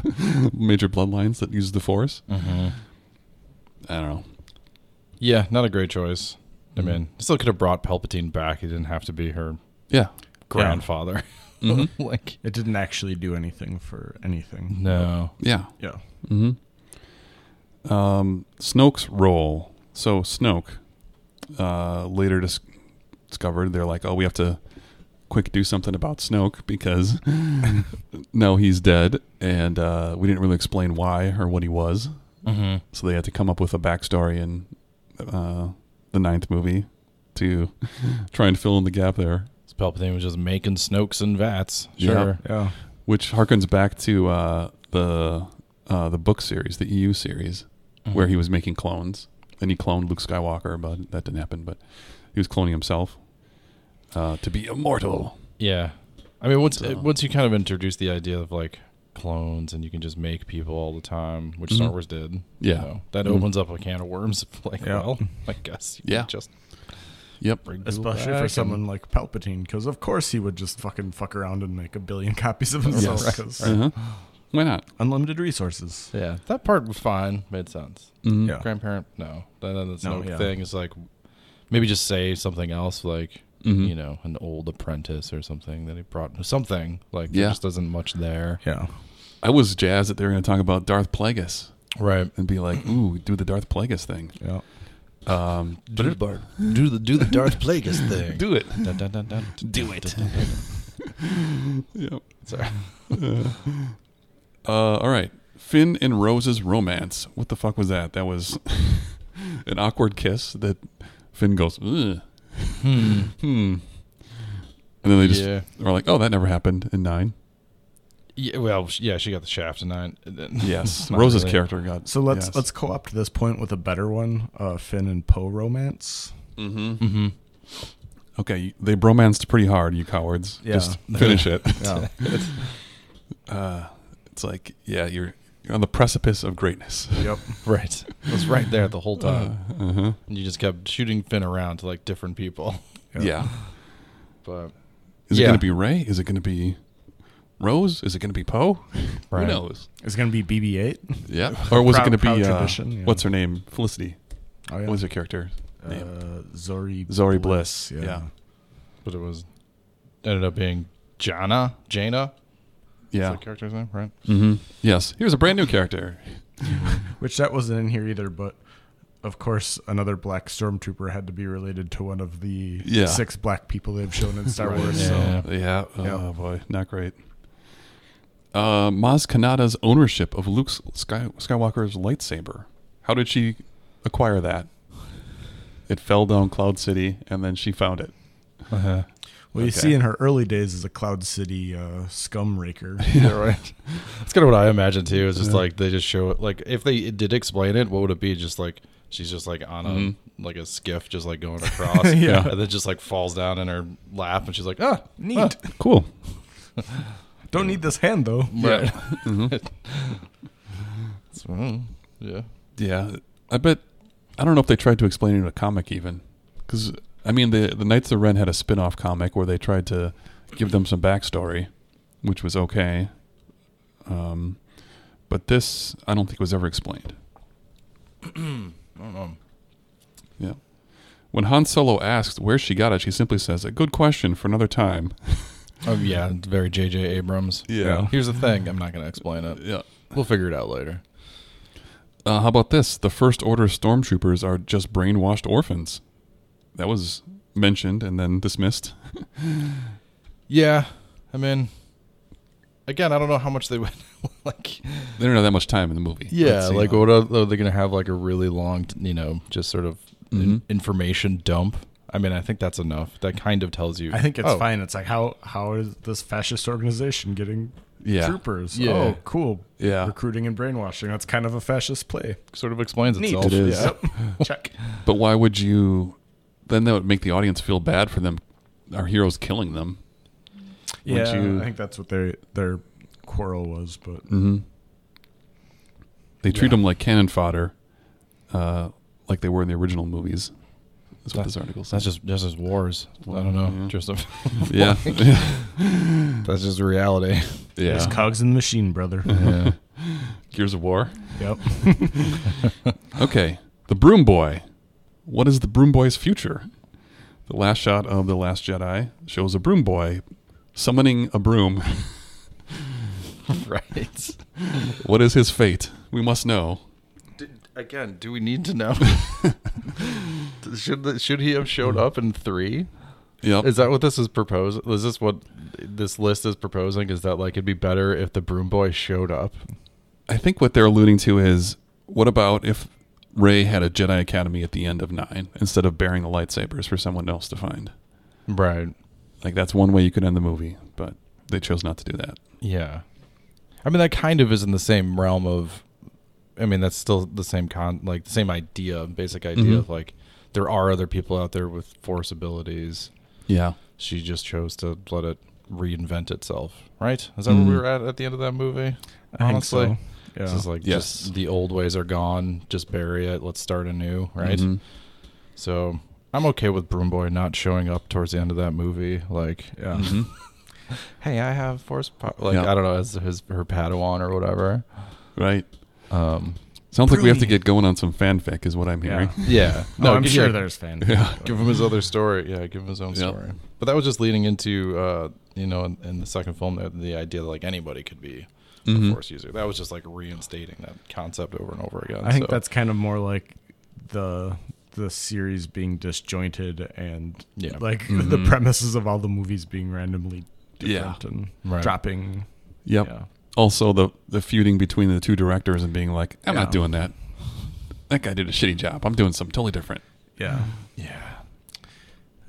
major bloodlines that use the force. Mm-hmm. I don't know. Yeah, not a great choice. I mean, still could have brought Palpatine back. He didn't have to be her Mm-hmm. Yeah. grandfather. Mm-hmm. Mhm. like, It didn't actually do anything for anything. no. Yeah. Yeah. Mm-hmm. Um, Snoke's role. So Snoke, uh, later dis- discovered, they're like, oh, we have to quick do something about Snoke because now he's dead, and uh, we didn't really explain why or what he was. Mm-hmm. So they had to come up with a backstory in uh, the ninth movie to try and fill in the gap there, So Palpatine was just making Snokes and Vats. Yeah. Sure. Yeah. which harkens back to E Mm-hmm. uh, the uh, the book series, the EU series, where he was making clones. Then he cloned Luke Skywalker, but that didn't happen. But he was cloning himself uh, to be immortal. Yeah, I mean, once So- once you kind of introduce the idea of like clones and you can just make people all the time, which Star Mhm. Wars did. you Yeah. know, that Mhm. opens up a can of worms. Like, Yeah. well, I guess you Yeah. can just Yep. bring people Especially back for and- someone like Palpatine, because of course he would just fucking fuck around and make a billion copies of himself. Yes. 'cause Uh-huh. Why not? Unlimited resources. Yeah, that part was fine. Made sense. Mhm. Yeah. Grandparent, no, that, that's No, no, yeah. thing. It's like maybe just say something else, like Mhm. you know, an old apprentice or something that he brought. Something like there Yeah. just isn't much there. Yeah. I was jazzed that they were going to talk about Darth Plagueis Right. and be like, "Ooh, do the Darth Plagueis thing." Yeah. Um, But it, do the do the Darth Plagueis thing. do it. Dun, dun, dun, dun. Do it. Yep. Sorry. Uh, all right. Finn and Rose's romance. What the fuck was that? That was an awkward kiss that Finn goes, Ugh. Hmm. hmm. And then they just yeah. are like, oh, that never happened in nine. yeah. Well, sh- yeah, she got the shaft tonight. and then- Yes. Not Rose's really. character got. So let's yes. let's co-opt this point with a better one, uh, Finn and Poe romance. Mm-hmm. Mhm. Okay. you- They bromanced pretty hard, you cowards. Yeah. Just finish it. Yeah. Uh, it's like, yeah, you're, you're on the precipice of greatness. yep. Right. It was right there the whole Uh, time. Uh-huh. and you just kept shooting Finn around to like different people. Yeah. But Is it Yeah. going to be Ray? Is it going to be Rose? Is it going to be Poe? Who Right. knows? It's gonna be BB-8. Yeah. Or was Proud- it going proud to be uh, tradition, yeah. what's her name? Felicity. Oh What was her character? Uh, name? Zori. Zori Bliss. Yeah. Yeah. but it was ended up being Jana, Jaina. Is Yeah. that character's name, right? hmm Yes. Here's a brand new character. Which that wasn't in here either, but of course another black stormtrooper had to be related to one of the Yeah. six black people they've shown in Star Right. Wars. Yeah. So Yeah. Oh Yeah. boy, not great. Uh, Maz Kanata's ownership of Luke Sky- Skywalker's lightsaber. How did she acquire that? It fell down Cloud City, and then she found it. Uh-huh. well, you Okay. see in her early days as a Cloud City uh, scum raker. Yeah, right. That's kind of what I imagine too. Is just Yeah. like they just show it. Like if they did explain it, what would it be? Just like she's just like on a Mhm. like a skiff, just like going across, Yeah. and then just like falls down in her lap, and she's like, ah, Neat. ah. Cool. Don't need this hand though. Right. Mhm. Mm-hmm. So, mm, yeah. Yeah, I bet. I don't know if they tried to explain it in a comic even, because I mean the the Knights of Ren had a spin off comic where they tried to give them some backstory, which was okay. Um, but this I don't think was ever explained. I don't know. Yeah. When Han Solo asks where she got it, she simply says, "A good question for another time." Oh yeah, it's very J.J. Abrams. Yeah. Here's the thing. I'm not going to explain it. Yeah. We'll figure it out later. Uh, how about this? The First Order stormtroopers are just brainwashed orphans. That was mentioned and then dismissed. Yeah, I mean, again, I don't know how much they would like. They don't have that much time in the movie. Yeah, Let's see like how- what are, are they going to have like a really long, t- you know, just sort of in- Mhm. information dump? I mean, I think that's enough. That kind of tells you. I think it's oh, fine. It's like how how is this fascist organization getting yeah. troopers? Yeah. Oh, cool. Yeah. Recruiting and brainwashing. That's kind of a fascist play. Sort of explains Neat. itself. It is. Yeah. Yep. Check. But why would you? Then that would make the audience feel bad for them. Our heroes killing them. Would Yeah, you- I think that's what their their quarrel was. But Mm-hmm. They treat Yeah. them like cannon fodder, uh, like they were in the original movies. That's what That- this article says. That's just that's just wars. I don't know. Yeah. Just a, yeah, that's just reality. there's yeah. cogs in the machine, brother. Yeah. Gears of War. yep. Okay, the Broom Boy. What is the Broom Boy's future? The last shot of the Last Jedi shows a Broom Boy summoning a broom. right. what is his fate? We must know. D again, do we need to know? should the, should he have showed up in three? Yep. Is that what this is proposing? Is this what this list is proposing? Is that like it'd be better if the broom boy showed up? I think what they're alluding to is what about if Ray had a Jedi Academy at the end of nine instead of bearing the lightsabers for someone else to find? Right. Like that's one way you could end the movie, but they chose not to do that. Yeah. I mean, that kind of is in the same realm of I mean, that's still the same con, like the same idea, basic idea Mm-hmm. of like there are other people out there with force abilities. Yeah. She just chose to let it reinvent itself, right? Is that where we were at at the end of that movie? think Honestly, so. It's Mm-hmm. Yeah. just like Yes. just the old ways are gone. Just bury it. Let's start anew, right? Mm-hmm. Mhm. So I'm okay with Broomboy not showing up towards the end of that movie. Like, Yeah. Mm-hmm. hey, I have force power. Like, Yeah. I don't know, as his her Padawan or whatever. Right. Um, Sounds like we have to Broomy. get going on some fanfic, is what I'm hearing. Yeah. yeah, No, Oh, I'm give- sure yeah, there's fan. Yeah. Give him his other story. Yeah, give him his own Yeah. story. But that was just leading into, uh, you know, in, in the second film, the, the idea that like anybody could be Mm-hmm. Mm-hmm. a force user. That was just like reinstating that concept over and over again. I think So, that's kind of more like the the series being disjointed and Yeah. like the premises of all the movies being randomly Mm-hmm. Yeah. different and Right. dropping. Yep. Yeah. Also, the the feuding between the two directors and being like, I'm not Yeah. doing that. That guy did a shitty job. I'm doing something totally different. Yeah. yeah,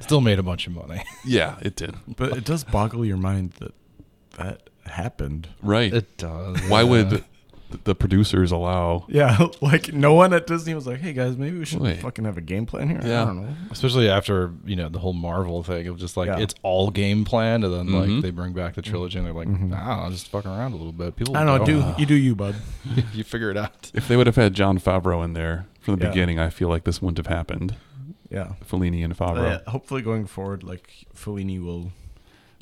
still made a bunch of money. Yeah, it did. But it does boggle your mind that that happened. Right. it does. Why yeah. would th- the producers allow? Yeah, like no one at Disney was like, "Hey guys, maybe we should Wait. fucking have a game plan here." Yeah. I don't know. especially after you know the whole Marvel thing of just like Yeah. Mm-hmm. it's all game planned, and then Mhm. like they bring back the trilogy and they're like, nah, I'll just fuck around a little bit. People, I don't know. Do don't. you do you, bud? you figure it out? If they would have had John Favreau in there from the Yeah. beginning, I feel like this wouldn't have happened. Oh, Yeah. Fellini and Favreau. But hopefully, going forward, like Fellini will,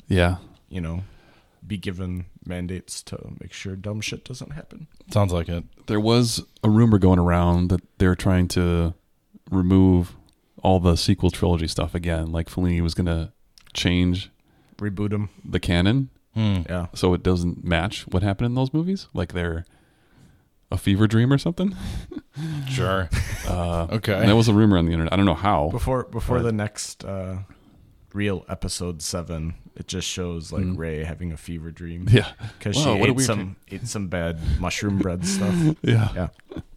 yeah. you know, be given mandates to make sure dumb shit doesn't happen. Sounds like it. There was a rumor going around that they're trying to remove all the sequel trilogy stuff again. Like Fellini was going to change Reboot him. the canon Hmm. Yeah. so it doesn't match what happened in those movies. Like they're a fever dream or something. Sure. Uh, Okay. and that was a rumor on the internet. I don't know how. Before before But- the next uh, real episode seven, it just shows like Ray having a fever dream Hmm. Yeah. because Wow, she what a ate weird some ate some bad mushroom bread stuff. Yeah. Yeah.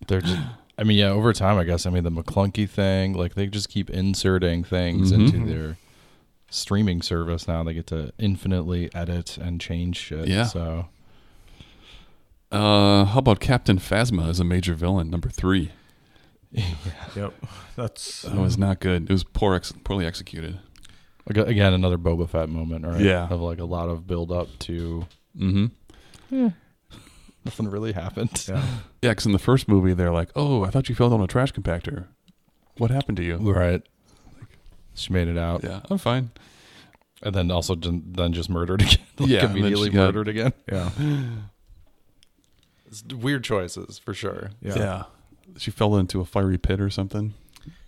They're just. I mean, yeah. Over time, I guess. I mean, the McClunky thing. Like they just keep inserting things Mhm. into their streaming service now. They get to infinitely edit and change shit. Yeah. So Uh, how about Captain Phasma as a major villain, number three? Yep. That's That was not good. It was poor ex- poorly executed. ag- again, another Boba Fett moment, right? Yeah. Of like a lot of build up to Mm-hmm. nothing really happened. yeah. Yeah, because in the first movie, they're like, oh, I thought you fell down a trash compactor. What happened to you? Right. She made it out, Yeah, I'm fine. and then also j- then just murdered again. Like, Yeah, and then immediately she got- murdered again. Yeah. It's weird choices for sure. Yeah. She fell into a fiery pit or something.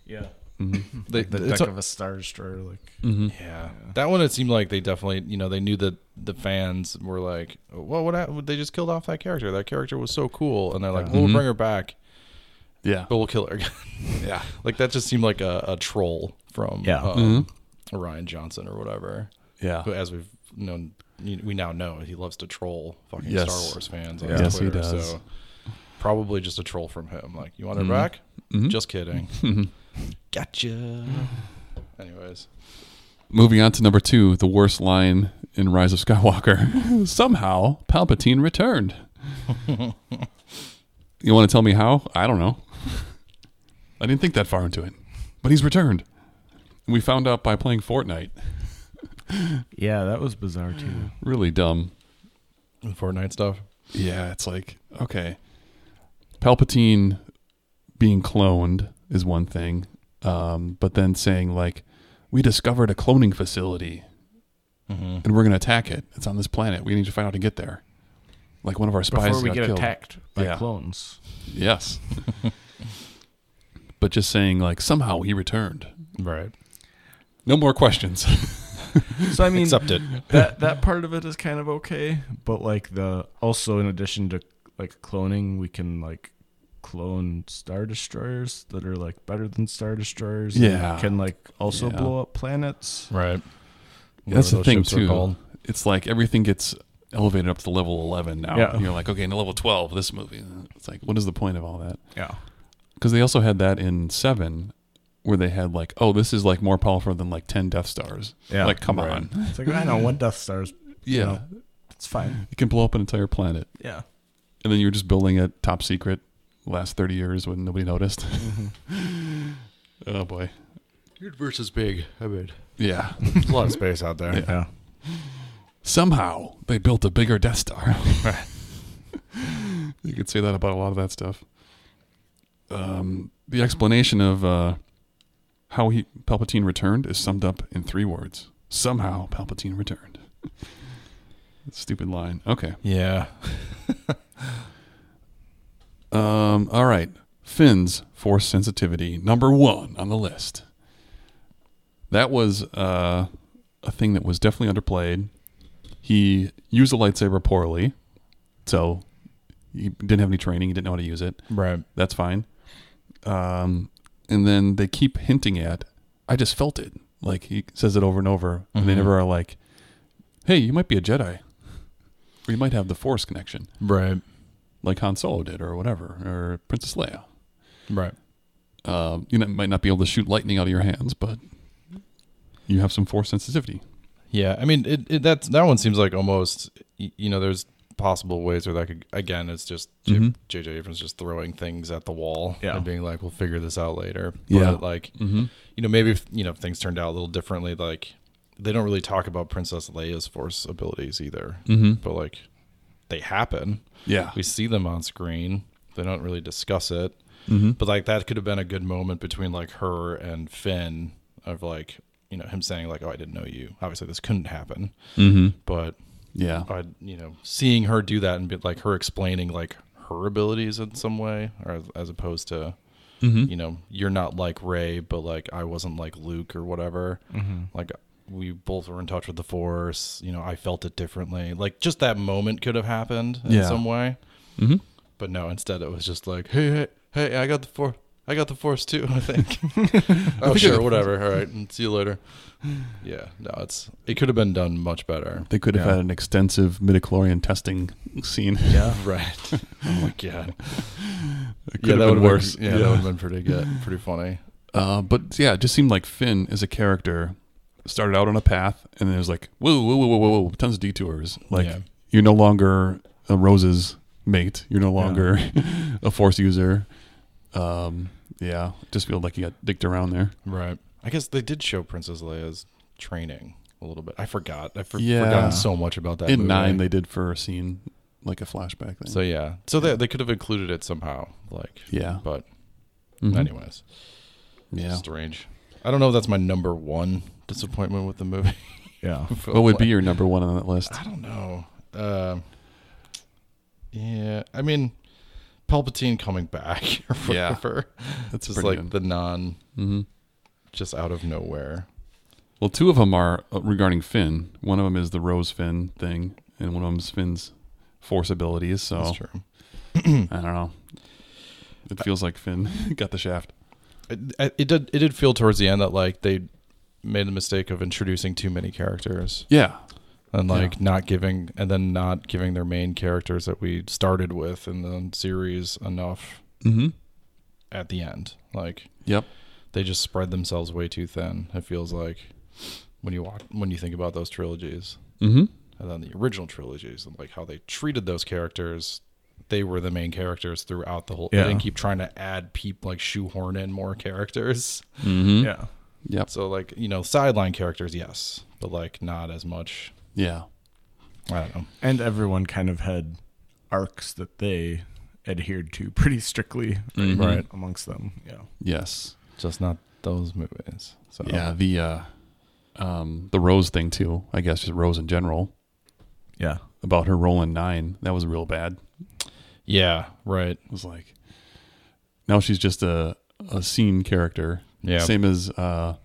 Yeah. They, The it's deck a- of a star destroyer, like Mm-hmm. yeah, that one it seemed like they definitely you know they knew that the fans were like, well, what hap- they just killed off that character. That character was so cool, and they're like, Yeah. we'll Mhm. bring her back, Yeah. but we'll kill her. again. Yeah. like that just seemed like a, a troll from Yeah. um, Ryan Johnson or whatever. Yeah. who, as we've known, we now know he loves to troll fucking Yes. Star Wars fans on Yeah. Yes, he Twitter. does. So probably just a troll from him. Like, you want her Mhm. back? Mhm. Just kidding. Mhm. gotcha. Anyways, Moving on to number two, the worst line in Rise of Skywalker. Somehow, Palpatine returned. you want to tell me how? I don't know. I didn't think that far into it, but he's returned. We found out by playing Fortnite. Yeah, that was bizarre too. Really dumb. Fortnite stuff. Yeah, it's like, okay. Palpatine being cloned is one thing. Um, but then saying, like, we discovered a cloning facility Mm-hmm. and we're going to attack it. It's on this planet. We need to find out how to get there. Like one of our spies Before we got get killed. attacked by Yeah. clones. Yes. but just saying, like, somehow he returned. Right. No more questions. So I mean Accepted. that that part of it is kind of okay, but like the also in addition to like cloning, we can like clone star destroyers that are like better than star destroyers. and Yeah. can like also Yeah. blow up planets. Right. That's the Whatever those thing ships are too. called. It's like everything gets elevated up to level eleven now. Yeah. And you're like, okay, now level twelve, this movie. It's like, what is the point of all that? Yeah. Because they also had that in Seven, where they had like, oh, this is like more powerful than like ten Death Stars. Yeah. like come Right. on. It's like I know one Death Star's Yeah, it's fine. it can blow up an entire planet, Yeah. and then you're just building a top secret last 30 years when nobody noticed. oh boy. Universe is big. I mean, Yeah. there's a lot of space out there. Yeah. Somehow they built a bigger Death Star. you could say that about a lot of that stuff. Um, the explanation of uh, how he Palpatine returned is summed up in three words. Somehow Palpatine returned. Stupid line. Okay. Yeah. Um, all right. Finn's force sensitivity, number one on the list. That was uh, a thing that was definitely underplayed. He used the lightsaber poorly, so he didn't have any training. He didn't know how to use it. Right. That's fine. Um, and then they keep hinting at, I just felt it. Like he says it over and over, and they Mhm. never are like, hey, you might be a Jedi, or you might have the force connection, Right. like Han Solo did, or whatever, or Princess Leia. Right. Uh, you know, might not be able to shoot lightning out of your hands, but you have some force sensitivity. Yeah, I mean, it, it that that one seems like almost y- you know, there's possible ways where that could again, it's just J- Mhm. JJ Abrams just throwing things at the wall Yeah. and being like, "We'll figure this out later." Yeah. but like Mm-hmm. you know, maybe if, you know if things turned out a little differently. Like they don't really talk about Princess Leia's force abilities either, Mhm. but like they happen. Yeah. Mm-hmm. We see them on screen. They don't really discuss it. But like that could have been a good moment between like her and Finn of like, you know, him saying like, "Oh, I didn't know you." Obviously, this couldn't happen. Mm-hmm. But Yeah. I, you know, seeing her do that and be like her explaining like her abilities in some way, or as, as opposed to, Mm-hmm. you know, you're not like Ray, but like I wasn't like Luke or whatever. Mm-hmm. Like we both were in touch with the Force. You know, I felt it differently. Like just that moment could have happened in Yeah. some way. Mm-hmm. But no, instead it was just like, hey, hey, hey, I got the force. I got the force too. I think. oh sure, whatever. All right, see you later. Yeah, no, it's it could have been done much better. They could have Yeah. had an extensive midichlorian testing scene. Yeah, right. oh my god. It could Yeah, have that been would worse. yeah, that Yeah. would have been pretty good, pretty funny. Uh, but yeah, it just seemed like Finn as a character started out on a path, and then it was like, whoa, whoa, whoa, whoa, whoa, whoa, tons of detours. Like Yeah. you're no longer a Rose's mate. You're no longer a Force user. Um, yeah, just feel like you got dicked around there. Right. I guess they did show Princess Leia's training a little bit. I forgot. I for- Yeah. forgotten so much about that. In movie. nine, they did for a scene like a flashback thing. So yeah, so they they could have included it somehow. Like, yeah, but Mhm. anyways. yeah. Strange. I don't know if that's my number one disappointment with the movie. Yeah. What would be your number one on that list? I don't know. Um yeah, I mean, Palpatine coming back or Yeah. whatever. That's just pretty like good. the non, Mhm. just out of nowhere. Well, two of them are uh, regarding Finn. One of them is the Rose Finn thing, and one of them's Finn's force abilities. So That's true. I don't know. It feels like Finn got the shaft. It, I- it did. It did feel towards the end that like they made the mistake of introducing too many characters Yeah. and like Yeah. not giving and then not giving their main characters that we started with in the series enough Mm-hmm. at the end. Like Yep. they just spread themselves way too thin. It feels like when you watch, when you think about those trilogies Mm-hmm. and then the original trilogies and like how they treated those characters, they were the main characters throughout the whole. They Yeah. didn't keep trying to add people like shoehorn in more characters. Mm-hmm. Yeah. Yep. So like you know sideline characters, yes, but like not as much. Yeah. I don't know. And everyone kind of had arcs that they adhered to pretty strictly Mhm. Right. amongst them. Yeah. Yes. Just not those movies. So Yeah. The uh, um, the Rose thing too. I guess just Rose in general Yeah. about her rolling nine. That was real bad. yeah, right. It was like now she's just a a scene character. Yeah. Same as uh,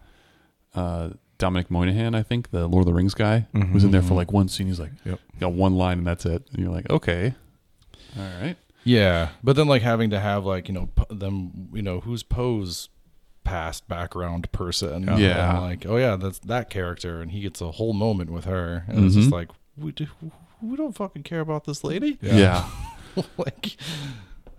uh, Dominic Moynihan, I think, the Lord of the Rings guy, was in there for like one scene. He's like, Yep. got one line and that's it. And you're like, okay, all right. Yeah, but then like having to have like you know p- them you know who's Poe's past background person. And Yeah. like oh yeah, that's that character, and he gets a whole moment with her, and it's just Mhm. like we do, we don't fucking care about this lady. Yeah. like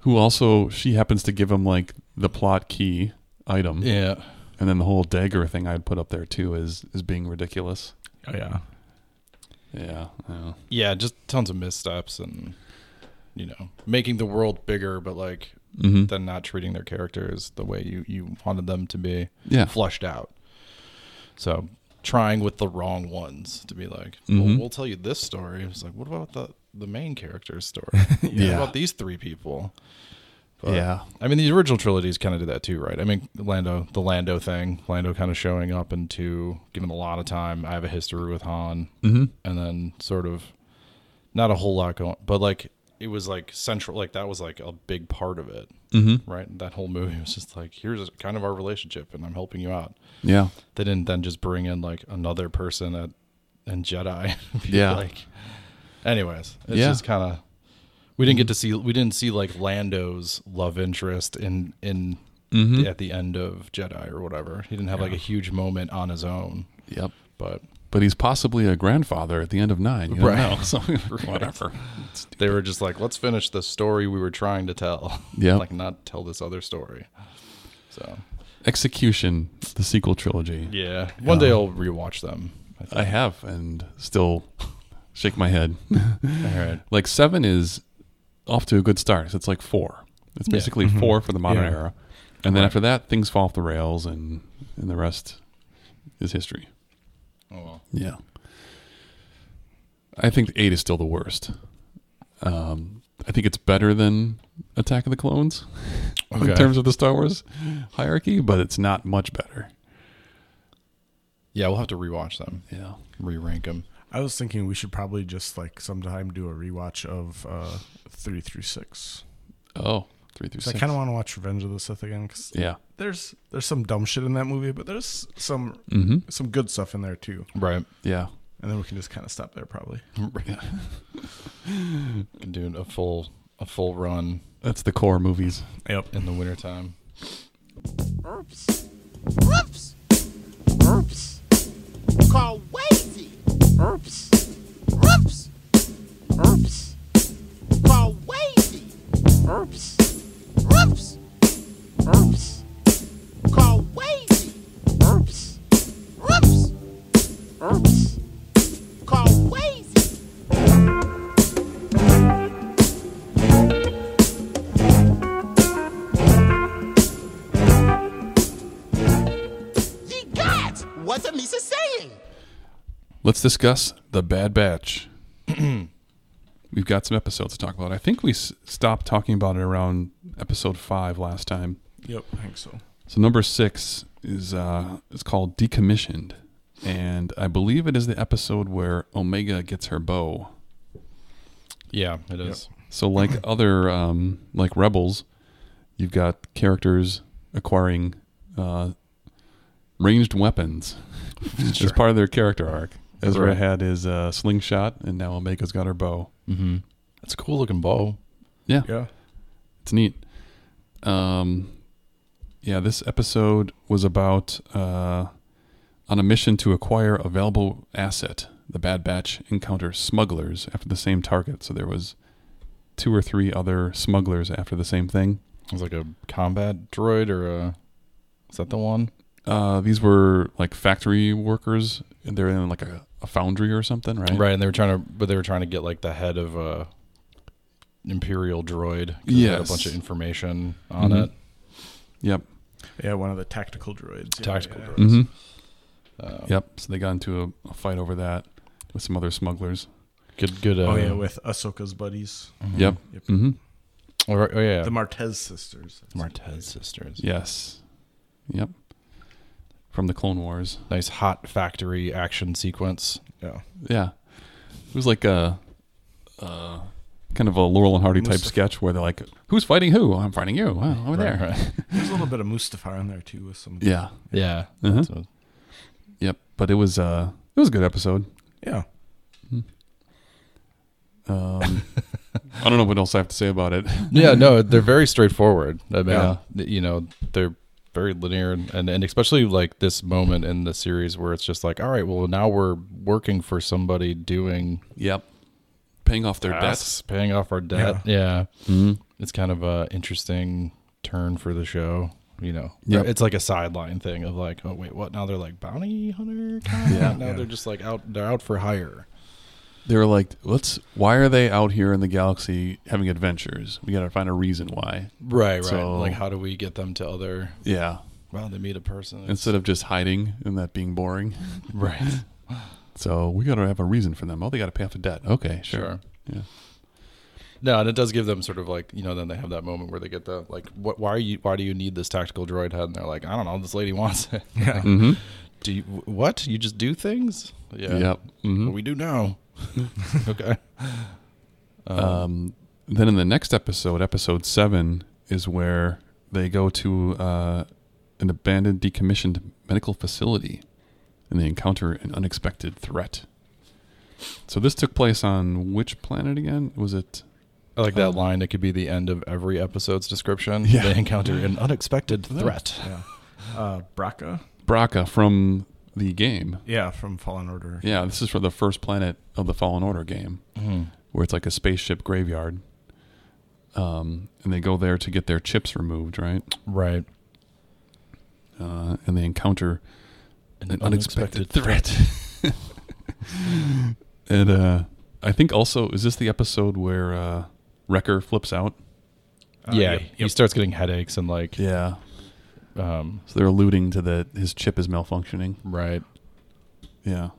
Who also she happens to give him like the plot key item, yeah, and then the whole dagger thing I'd put up there too is is being ridiculous. Oh, yeah. Yeah, yeah. yeah, just tons of missteps and you know, making the world bigger, but like then not treating their characters the way you you wanted them to be Yeah. flushed out. So trying with the wrong ones to be like, well, we'll tell you this story. It's like, what about the the main character's story? Yeah. What about these three people? yeah. I mean, the original trilogies kind of did that too, right? I mean, Lando, the Lando thing, Lando kind of showing up in two, giving him a lot of time. I have a history with Han, mm-hmm. and then sort of not a whole lot going, but like it was like central, like that was like a big part of it, mm-hmm. right? That whole movie was just like, here's kind of our relationship, and I'm helping you out. Yeah. They didn't then just bring in like another person at and Jedi, be Yeah. Like, anyways, it's Yeah. Mm-hmm. just kind of we didn't get to see we didn't see like Lando's love interest in in Mm-hmm. the, at the end of Jedi or whatever. He didn't have like a huge moment on his own, Yep. but But he's possibly a grandfather at the end of nine. You don't Right. know. So whatever. they were just like, let's finish the story we were trying to tell. Yep. like not tell this other story. So Execution, the sequel trilogy. yeah, one day I'll rewatch them. I think. I have and still shake my head. All right. like seven is off to a good start. So it's like four. It's Yeah. Mm-hmm. basically four for the modern Yeah. era, and then after that, things fall off the rails, and and the rest is history. Oh well. Yeah, I think eight is still the worst. Um, I think it's better than Attack of the Clones Okay. in terms of the Star Wars hierarchy, but it's not much better. Yeah, we'll have to rewatch them, Yeah, re rank them. I was thinking we should probably just like sometime do a rewatch of uh, three through six. oh, three through 'Cause I six. kind of want to watch Revenge of the Sith again because yeah, there's there's some dumb shit in that movie, but there's some mm-hmm. some good stuff in there too. Right. yeah. And then we can just kind of stop there probably. Can do a full a full run That's the core movies. Yep. in the wintertime. Oops. Oops. Oops. Call Wazy. Oops. Oops. Oops. Call Wazy. Oops. Oops. Oops. Call Wazy. Oops. Oops. Oops. Call Wazy. Ye gods! What's a Misa saying? Let's discuss the Bad Batch. We've got some episodes to talk about. I think we s- stopped talking about it around episode five last time. Yep. I think so. So number six is uh, it's called Decommissioned, and I believe it is the episode where Omega gets her bow. Yeah, it is. So like other um, like Rebels, you've got characters acquiring uh, ranged weapons as part of their character arc. Ezra Right. had his uh, slingshot, and now Omega's got her bow. Mm-hmm. It's a cool looking bow. Yeah, Yeah. it's neat. Um, yeah, this episode was about uh, on a mission to acquire a valuable asset. The Bad Batch encounters smugglers after the same target, so there was two or three other smugglers after the same thing. It's like a combat droid or a. Is that the one? Uh, these were like factory workers, and they're in like a, a foundry or something, right? Right, and they were trying to, but they were trying to get like the head of a imperial droid. 'cause it had a Yes. bunch of information on Mhm. it. Yep. Yeah. One of the tactical droids. Yeah, Tactical yeah. droid. hmm Uh, Yep. So they got into a, a fight over that with some other smugglers. Good, good. Uh, Oh yeah, with Ahsoka's buddies, Yep. Yep. hmm oh, right- oh, yeah. the The Martez sisters. Martez sisters. Yes. Yep. From the Clone Wars. Nice hot factory action sequence. Yeah. Yeah. It was like a, uh, kind of a Laurel and Hardy type Mustafa. sketch where they're like, "Who's fighting who? I'm fighting you. Wow, over there." Right, right. There's a little bit of Mustafar in there too with some. Yeah. yeah. Uh-huh. So- Yep. But it was uh, it was a good episode. Yeah. Um, I don't know what else I have to say about it. yeah, no, they're very straightforward. I mean, Yeah. th- you know, they're very linear, and, and and especially like this moment in the series where it's just like, all right, well, now we're working for somebody doing Yep. Paying off their debts. debts, paying off our debt. Yeah, Mm-hmm. it's kind of a interesting turn for the show. You know, Yep. it's like a sideline thing of like, oh wait, what? Now they're like bounty hunter. Yeah, now they're just like out. They're out for hire. they were like, "Let's. Why are they out here in the galaxy having adventures? We got to find a reason why." Right, right. So- like, how do we get them to other? Yeah, Well, they meet a person. instead of just hiding and that being boring. right. So we got to have a reason for them. Oh, they got to pay off a debt. Okay, sure. Sure. Yeah. No, and it does give them sort of like you know. Then they have that moment where they get the like, what? Why are you? Why do you need this tactical droid head? And they're like, I don't know. This lady wants it. Yeah. Mm-hmm. do you what? You just do things? Yeah. Yep. Mhm. Well, we do now. okay. um, Um, Then in the next episode, episode seven, is where they go to uh, an abandoned, decommissioned medical facility, and they encounter an unexpected threat. So this took place on which planet again? Was it? I like that line. It could be the end of every episode's description. Yeah. They encounter an unexpected threat. Uh, Braca? Braca from the game. Yeah, from Fallen Order. Yeah, this is from the first planet of the Fallen Order game, where it's like a spaceship graveyard. Um, and they go there to get their chips removed, right? Right. Uh, and they encounter An, an unexpected, threat. and uh, I think also, is this the episode where uh, Wrecker flips out? yeah. Uh, yep, He yep. starts getting headaches and like. Oh, Yeah. Um, So they're alluding to that his chip is malfunctioning. right. Yeah.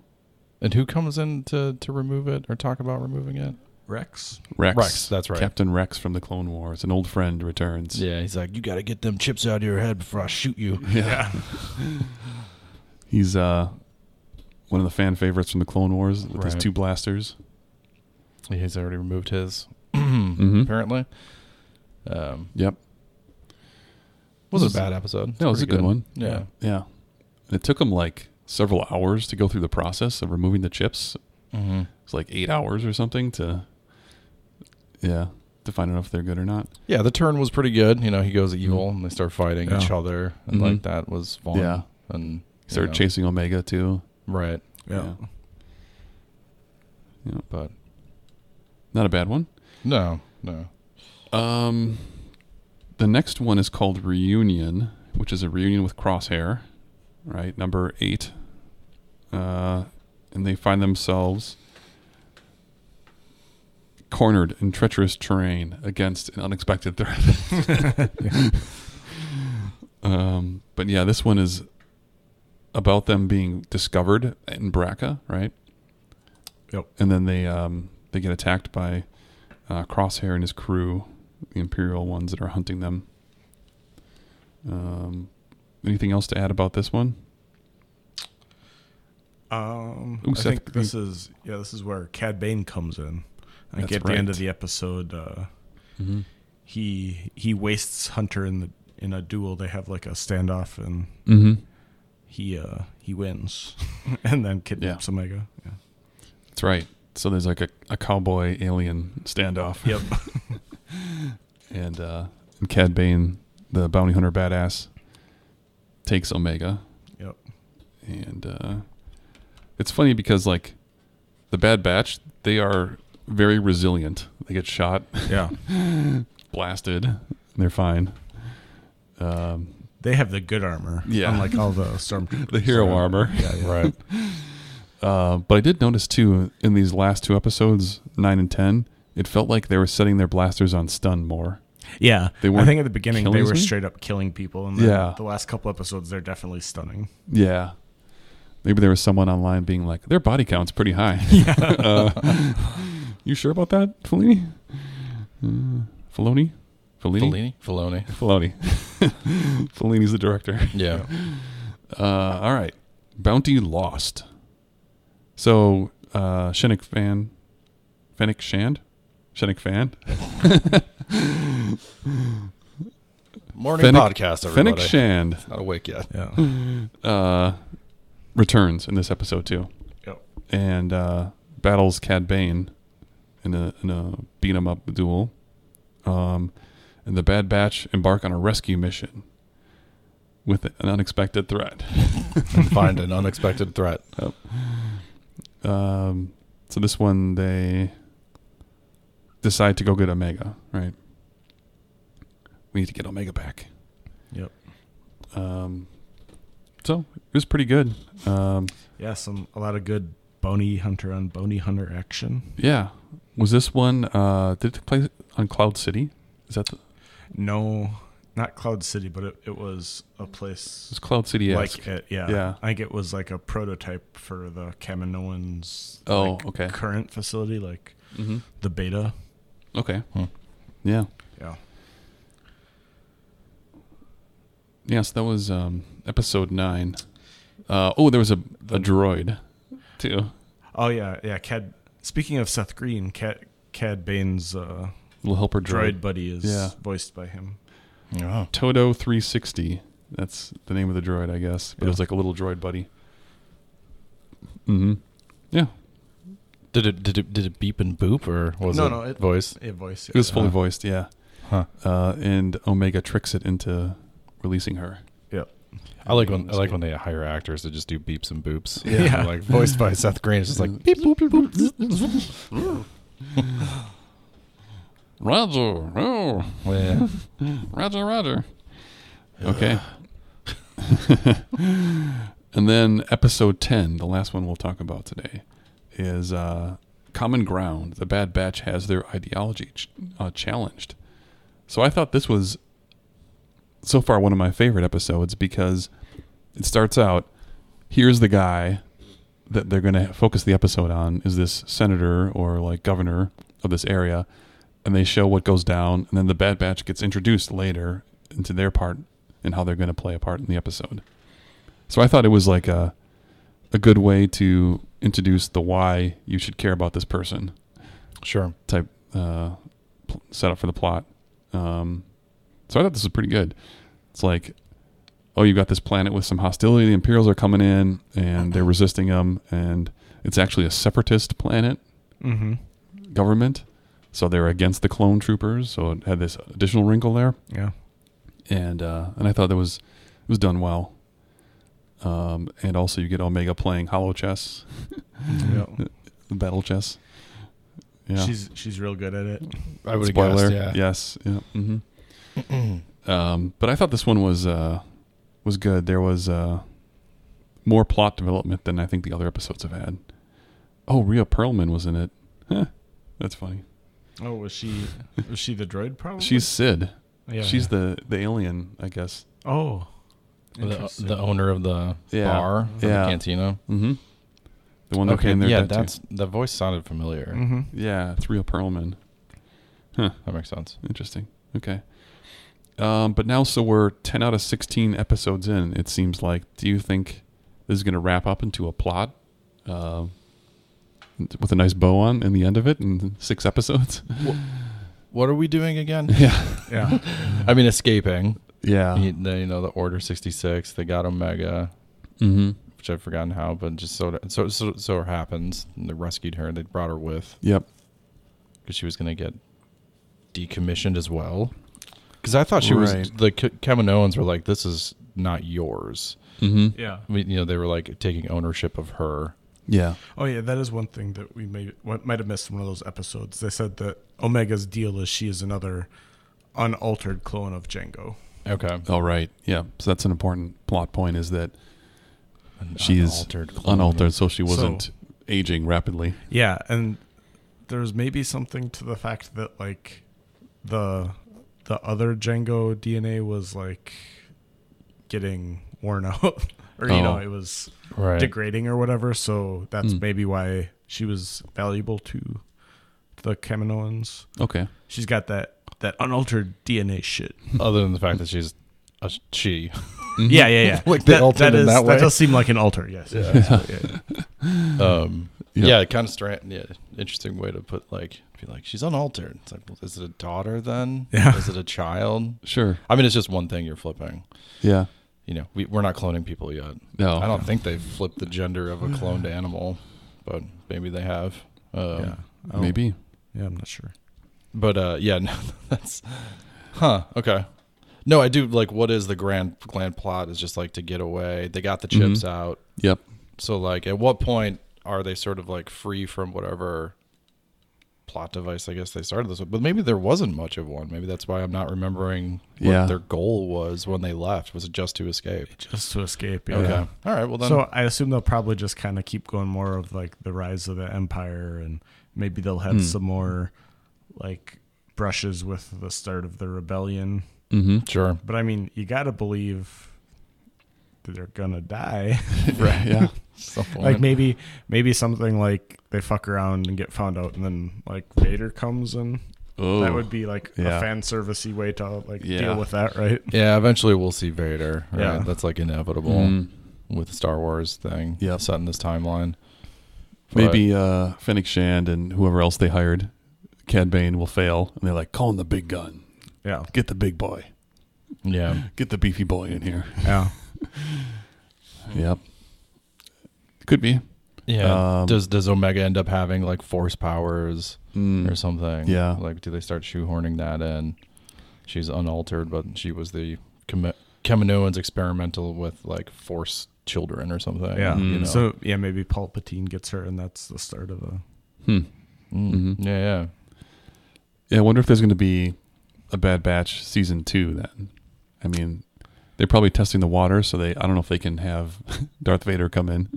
And who comes in to, to remove it or talk about removing it? Rex? Rex. Rex, that's right. Captain Rex from the Clone Wars, an old friend returns. Yeah, he's like, you got to get them chips out of your head before I shoot you. Yeah. He's uh, one of the fan favorites from the Clone Wars with his Right. two blasters. He's already removed his, Mm-hmm. apparently. Um, Yep. wasn't a bad episode. No, it was a Pretty good, one. Yeah. Yeah. And it took him like several hours to go through the process of removing the chips. Mm-hmm. It's like eight hours or something to, yeah, to find out if they're good or not. Yeah, the turn was pretty good. You know, he goes evil and they start fighting Yeah. each other, and Mhm. like that was fun. Mm-hmm. Yeah. and He started you know, chasing Omega too. Right, Yeah. but Not a bad one. no, no. Um, the next one is called Reunion, which is a reunion with Crosshair, right? Number eight. Uh, and they find themselves cornered in treacherous terrain against an unexpected threat. um, but yeah, this one is about them being discovered in Braca, right? Yep. and then they um, they get attacked by uh, Crosshair and his crew, the Imperial ones that are hunting them. Um, anything else to add about this one? Um, Ooh, I Seth think Green. this is yeah, this is where Cad Bane comes in. I think That's at the end right. of the episode, uh, he he wastes Hunter in the in a duel. They have like a standoff, and Mm-hmm. he uh he wins, and then kidnaps Omega. Yeah. That's right. So there's like a, a cowboy alien standoff. Yep. and uh, and Cad Bane, the bounty hunter badass, takes Omega, yep. and uh, it's funny because like the Bad Batch, they are very resilient. They get shot. Yeah. blasted. and They're fine. They have the good armor. Yeah. Unlike all the stormtroopers. The hero Sorry. armor. Yeah, yeah. Right, Uh, but I did notice too in these last two episodes, nine and ten, it felt like they were setting their blasters on stun more. Yeah. They I weren't think at the beginning they killing were them? straight up killing people, and then Yeah. the last couple episodes they're definitely stunning. Yeah. Maybe there was someone online being like, their body count's pretty high. uh, you sure about that, Fellini? Uh, Filoni? Fellini? Fellini, Filoni. Filoni. Fellini's the director. Yeah, Uh, all right. Bounty lost. So uh Shinnick fan Fennec Shand? Shinnick fan? morning Fennec- podcast. Everybody, Fennec Shand not awake yet. Yeah. uh returns in this episode too. yep. And uh battles Cad Bane in a in a beat 'em up duel. Um and the Bad Batch embark on a rescue mission with an unexpected threat. and find an unexpected threat. Um, so this one they decide to go get Omega, right? We need to get Omega back. Yep. Um, so it was pretty good. Um, Yeah, some a lot of good Boney Hunter on Boney Hunter action. Yeah. Was this one? Uh, did it take place on Cloud City? Is that the, No, not Cloud City, but it, it was a place was Cloud City? like it. Yeah. Yeah. I think it was like a prototype for the Kaminoans. Oh, like, okay. Current facility, like the beta. Okay. Yeah. Yeah. Yes, that was um, episode nine. Uh, oh, there was a, a droid too. Oh yeah, yeah. Cad. Speaking of Seth Green, Cad Cad Bane's uh, Little helper droid. droid buddy is Yeah. voiced by him. Yeah. Toto 360. That's the name of the droid, I guess. But it was like a little droid buddy. Mm-hmm. Yeah. Did it did it did it beep and boop or was No, it no, it- voice? A voice. It was yeah. fully voiced, yeah. Huh. Uh, and Omega tricks it into releasing her. Yeah. I like when I like when they hire actors that just do beeps and boops. Yeah. Yeah. like voiced by Seth Green. It's just like beep. Roger. Oh, Yeah. Roger, Roger. Okay. and then episode 10, the last one we'll talk about today, is uh, Common Ground. The Bad Batch has their ideology ch- uh, challenged. So I thought this was so far one of my favorite episodes because it starts out here's the guy that they're going to focus the episode on is this senator or like governor of this area and they show what goes down and then the bad batch gets introduced later into their part and how they're going to play a part in the episode so i thought it was like a a good way to introduce the why you should care about this person Sure. type uh, pl- setup for the plot. Um, so I thought this was pretty good. It's like, oh, you got this planet with some hostility. The Imperials are coming in and they're resisting them, and it's actually a separatist planet Mm-hmm. government. So they're against the clone troopers. So it had this additional wrinkle there, Yeah. and uh, and I thought that was it was done well. Um, and also, you get Omega playing hollow chess, yeah. battle chess. Yeah. She's she's real good at it. I would spoiler. guessed. Yeah. Yes. Yeah. hmm um, but I thought this one was uh, was good. There was uh, more plot development than I think the other episodes have had. Oh, Rhea Perlman was in it. Huh. That's funny. Oh, was she was she the droid? Probably. She's Sid. yeah. She's the the alien, I guess. oh. The, Interesting. the owner of the Yeah. bar, of Yeah. the cantina. Mm-hmm. The one that okay, came there. yeah, dead too. that's that voice sounded familiar. Mhm. yeah. It's Rhea Perlman. That makes sense. Interesting. Okay. Um, but now, so we're 10 out of 16 episodes in, it seems like. Do you think this is going to wrap up into a plot uh, with a nice bow on in the end of it in six episodes? What are we doing again? yeah. Yeah. I mean, escaping. Yeah. You, the, you know, the Order sixty six. They got Omega, Mm-hmm. which I've forgotten how, but just so so so, so it happens. and They rescued her. They brought her with Yep. because she was going to get decommissioned as well. Because I thought she was Right. the K- Kaminoans were like, "This is not yours." Mm-hmm. yeah. I mean, you know, they were like taking ownership of her. Yeah. Oh yeah, that is one thing that we may what might have missed in one of those episodes. They said that Omega's deal is she is another unaltered clone of Django. Okay, All right. Yeah. So that's an important plot point is that she's unaltered, clone. so she wasn't aging rapidly. Yeah, and there's maybe something to the fact that like the the other Django DNA was like getting worn out, or you know, Oh. it was right. degrading or whatever. So that's Hmm. maybe why she was valuable to the Kaminoans. Okay. She's got that that unaltered DNA shit. Other than the fact that she's a she. Yeah, yeah, yeah. Mm-hmm. Like they altered in that way? does seem like an alter. Yes. Yeah. Um, Yeah. Yeah, kind of strange. Yeah, interesting way to put like, be like, she's unaltered. It's like, well, is it a daughter then? Yeah. Is it a child? Sure. I mean, it's just one thing you're flipping. Yeah. You know, we, we're not cloning people yet. No. I don't think they've flipped the gender of a cloned animal, but maybe they have. Um, yeah. I don't- Maybe. Yeah, I'm not sure. But uh, yeah, no, that's, huh? Okay. No, I do like. What is the grand grand plot? Is just like to get away. They got the chips out. Yep. So like, at what point are they sort of like free from whatever plot device, I guess they started this with. But maybe there wasn't much of one. Maybe that's why I'm not remembering what Yeah. their goal was when they left. Was it just to escape? just to escape. Okay. All right. Well, then. So I assume they'll probably just kind of keep going more of like the rise of the empire, and maybe they'll have some more like brushes with the start of the rebellion. Mm-hmm. sure. But I mean, you got to believe that they're gonna die. Right. Yeah. Something like maybe, maybe something like they fuck around and get found out, and then like Vader comes and Oh. that would be like Yeah. a fan servicey way to like Yeah. deal with that, right? Yeah, eventually we'll see Vader. Right? Yeah. That's like Mm. inevitable Mm-hmm. with the Star Wars thing. Yep. Set in this timeline. Maybe uh, Fennec Shand and whoever else they hired, Cad Bane, will fail, and they're like, "Call in the big gun, Yeah, get the big boy, Yeah. get the beefy boy in here." yeah. yep, could be. Yeah. Um, does does Omega end up having like force powers Mm. or something? Yeah. Like, do they start shoehorning that in? She's unaltered, but she was the Kami- Kaminoans experimental with like force children or something. Yeah. You know? So yeah, maybe Palpatine gets her, and that's the start of a. Hmm. Mm, yeah, yeah. Yeah, I wonder if there's going to be a Bad Batch season two. Then, I mean, they're probably testing the water, so they I don't know if they can have Darth Vader come in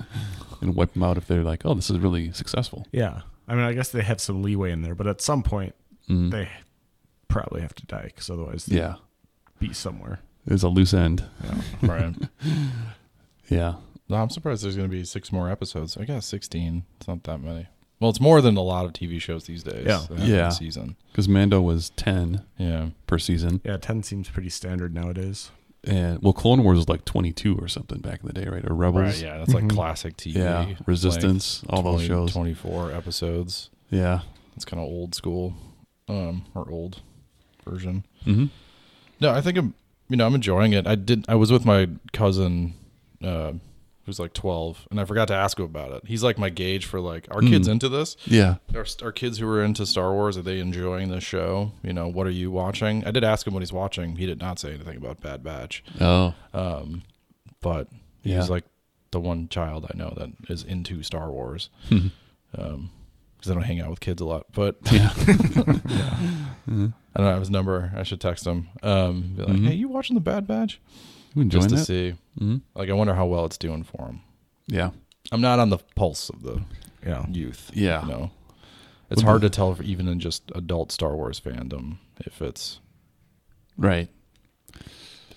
and wipe them out if they're like, "Oh, this is really successful." Yeah, I mean, I guess they have some leeway in there, but at some point Mm. they probably have to die because otherwise they'd Yeah, be somewhere. there's a loose end. Right. Yeah, No, I'm surprised there's going to be six more episodes. I guess 16. It's not that many. Well, it's more than a lot of TV shows these days. Yeah. They have Yeah. a Season. because Mando was ten Yeah. per season. Yeah, ten seems pretty standard nowadays. and well, Clone Wars was like 22 or something back in the day, right? Or Rebels, Right. Yeah. That's like classic TV. Mm-hmm. Yeah, like Resistance, all those shows. 24 episodes. yeah, It's kind of old school, um, or old version. hmm No, I think I'm. You know, I'm enjoying it. I did. I was with my cousin, uh, who's like 12, and I forgot to ask him about it. He's like my gauge for like, are Mm. kids into this? yeah, Are, are kids who are into Star Wars are they enjoying the show? You know, what are you watching? I did ask him what he's watching. He did not say anything about Bad Batch, oh, Um, but Yeah. he's like the one child I know that is into Star Wars. um, because I don't hang out with kids a lot, but yeah, I don't have his number. I should text him. Um, be like, hey, you watching the Bad Batch? you Mm-hmm. enjoying Just to that? see. Mhm. Like, I wonder how well it's doing for him. Yeah, I'm not on the pulse of the Yeah, youth. Yeah. You know? It's hard to tell, if, even in just adult Star Wars fandom, if it's right.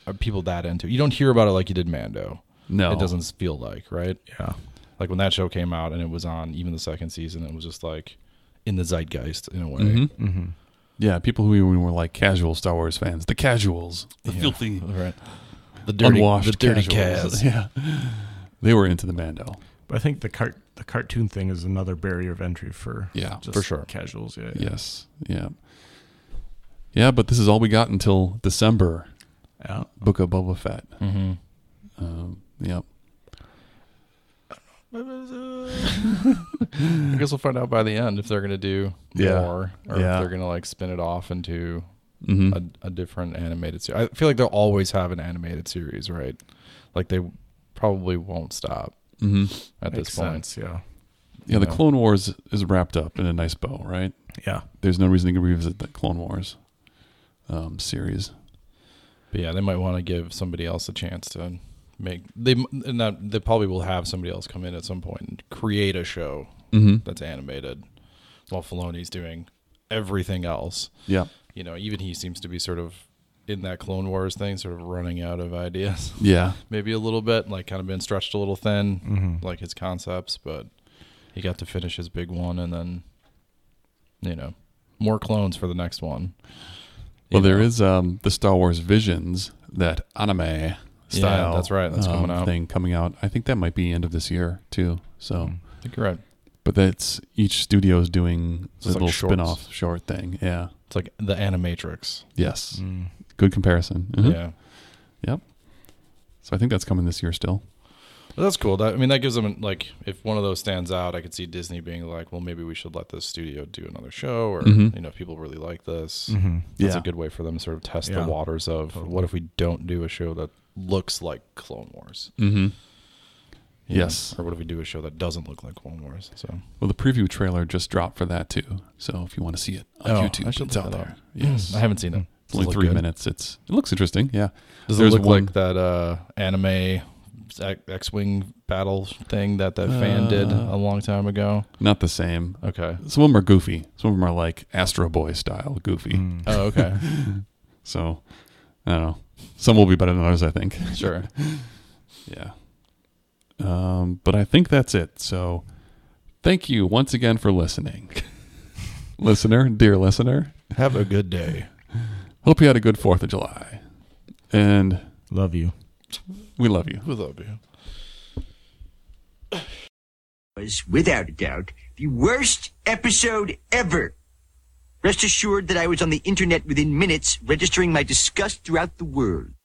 are people that into. it? You don't hear about it like you did Mando. No, It doesn't feel like right. yeah, Like when that show came out and it was on even the second season, it was just like in the zeitgeist in a way. Mm-hmm. Yeah, people who even were like casual Star Wars fans, the casuals, the filthy, Right. The dirty, unwashed, the dirty casuals. cast. Yeah, they were into the Mando. but I think the cart the cartoon thing is another barrier of entry for Yeah, just for sure. casuals. Yeah, Yes, yeah, yeah. But this is all we got until December. yeah. Book of Boba Fett. Mm-hmm. Um, yep. I guess we'll find out by the end if they're gonna do Yeah. more or Yeah. if they're gonna like spin it off into Mhm. a, a different animated series. I feel like they'll always have an animated series, right? Like they probably won't stop Mm-hmm. at Makes this point. sense. Yeah, Yeah, the Yeah. Clone Wars is wrapped up in a nice bow, right? yeah. There's no reason to revisit the Clone Wars um, series. But yeah, they might want to give somebody else a chance to make they m- and that, they probably will have somebody else come in at some point and create a show Mm-hmm. that's animated while Filoni's doing everything else. Yeah, You know, even he seems to be sort of in that Clone Wars thing, sort of running out of ideas. yeah, maybe a little bit, like kind of been stretched a little thin, Mm-hmm. like his concepts, but he got to finish his big one and then, you know, more clones for the next one. Well, there is um, the Star Wars Visions that anime style. um, that's right. That's coming out. Thing coming out. I think that might be end of this year too. So, I think you're right. but that's each studio is doing So it's a like little shorts. Mm-hmm. spin-off short thing. Yeah. It's like the Animatrix. Yes. Mm-hmm. Good comparison. Mhm. Yeah. Yep. So I think that's coming this year still. But that's cool. That, I mean, that gives them, like, if one of those stands out, I could see Disney being like, well, maybe we should let this studio do another show, or, Mhm. you know, if people really like this. That's Mm-hmm. Mm-hmm. Yeah. a good way for them to sort of test Yeah. the waters of what if we don't do a show that looks like Clone Wars? Mm-hmm. you know? Yes. Or what if we do a show that doesn't look like Clone Wars? So Well, the preview trailer just dropped for that too. So if you want to see it on Oh, YouTube, I should it's look out that up. there. Yes, I haven't seen it. it's only Does it look three good? minutes. It's it looks interesting. Yeah, Does it look like that uh, anime X Wing battle thing that that fan did Uh, a long time ago? Not the same. Okay. Some of them are goofy. Some of them are like Astro Boy style goofy. Hmm. Mm. Oh, okay. So I don't know. Some will be better than others, I think. sure. Yeah. Um, but I think that's it. So thank you once again for listening. listener, dear listener. Have a good day. Hope you had a good 4th of July. And Love you. we love you. We love you. was, without a doubt, the worst episode ever. Rest assured that I was on the internet within minutes, registering my disgust throughout the world.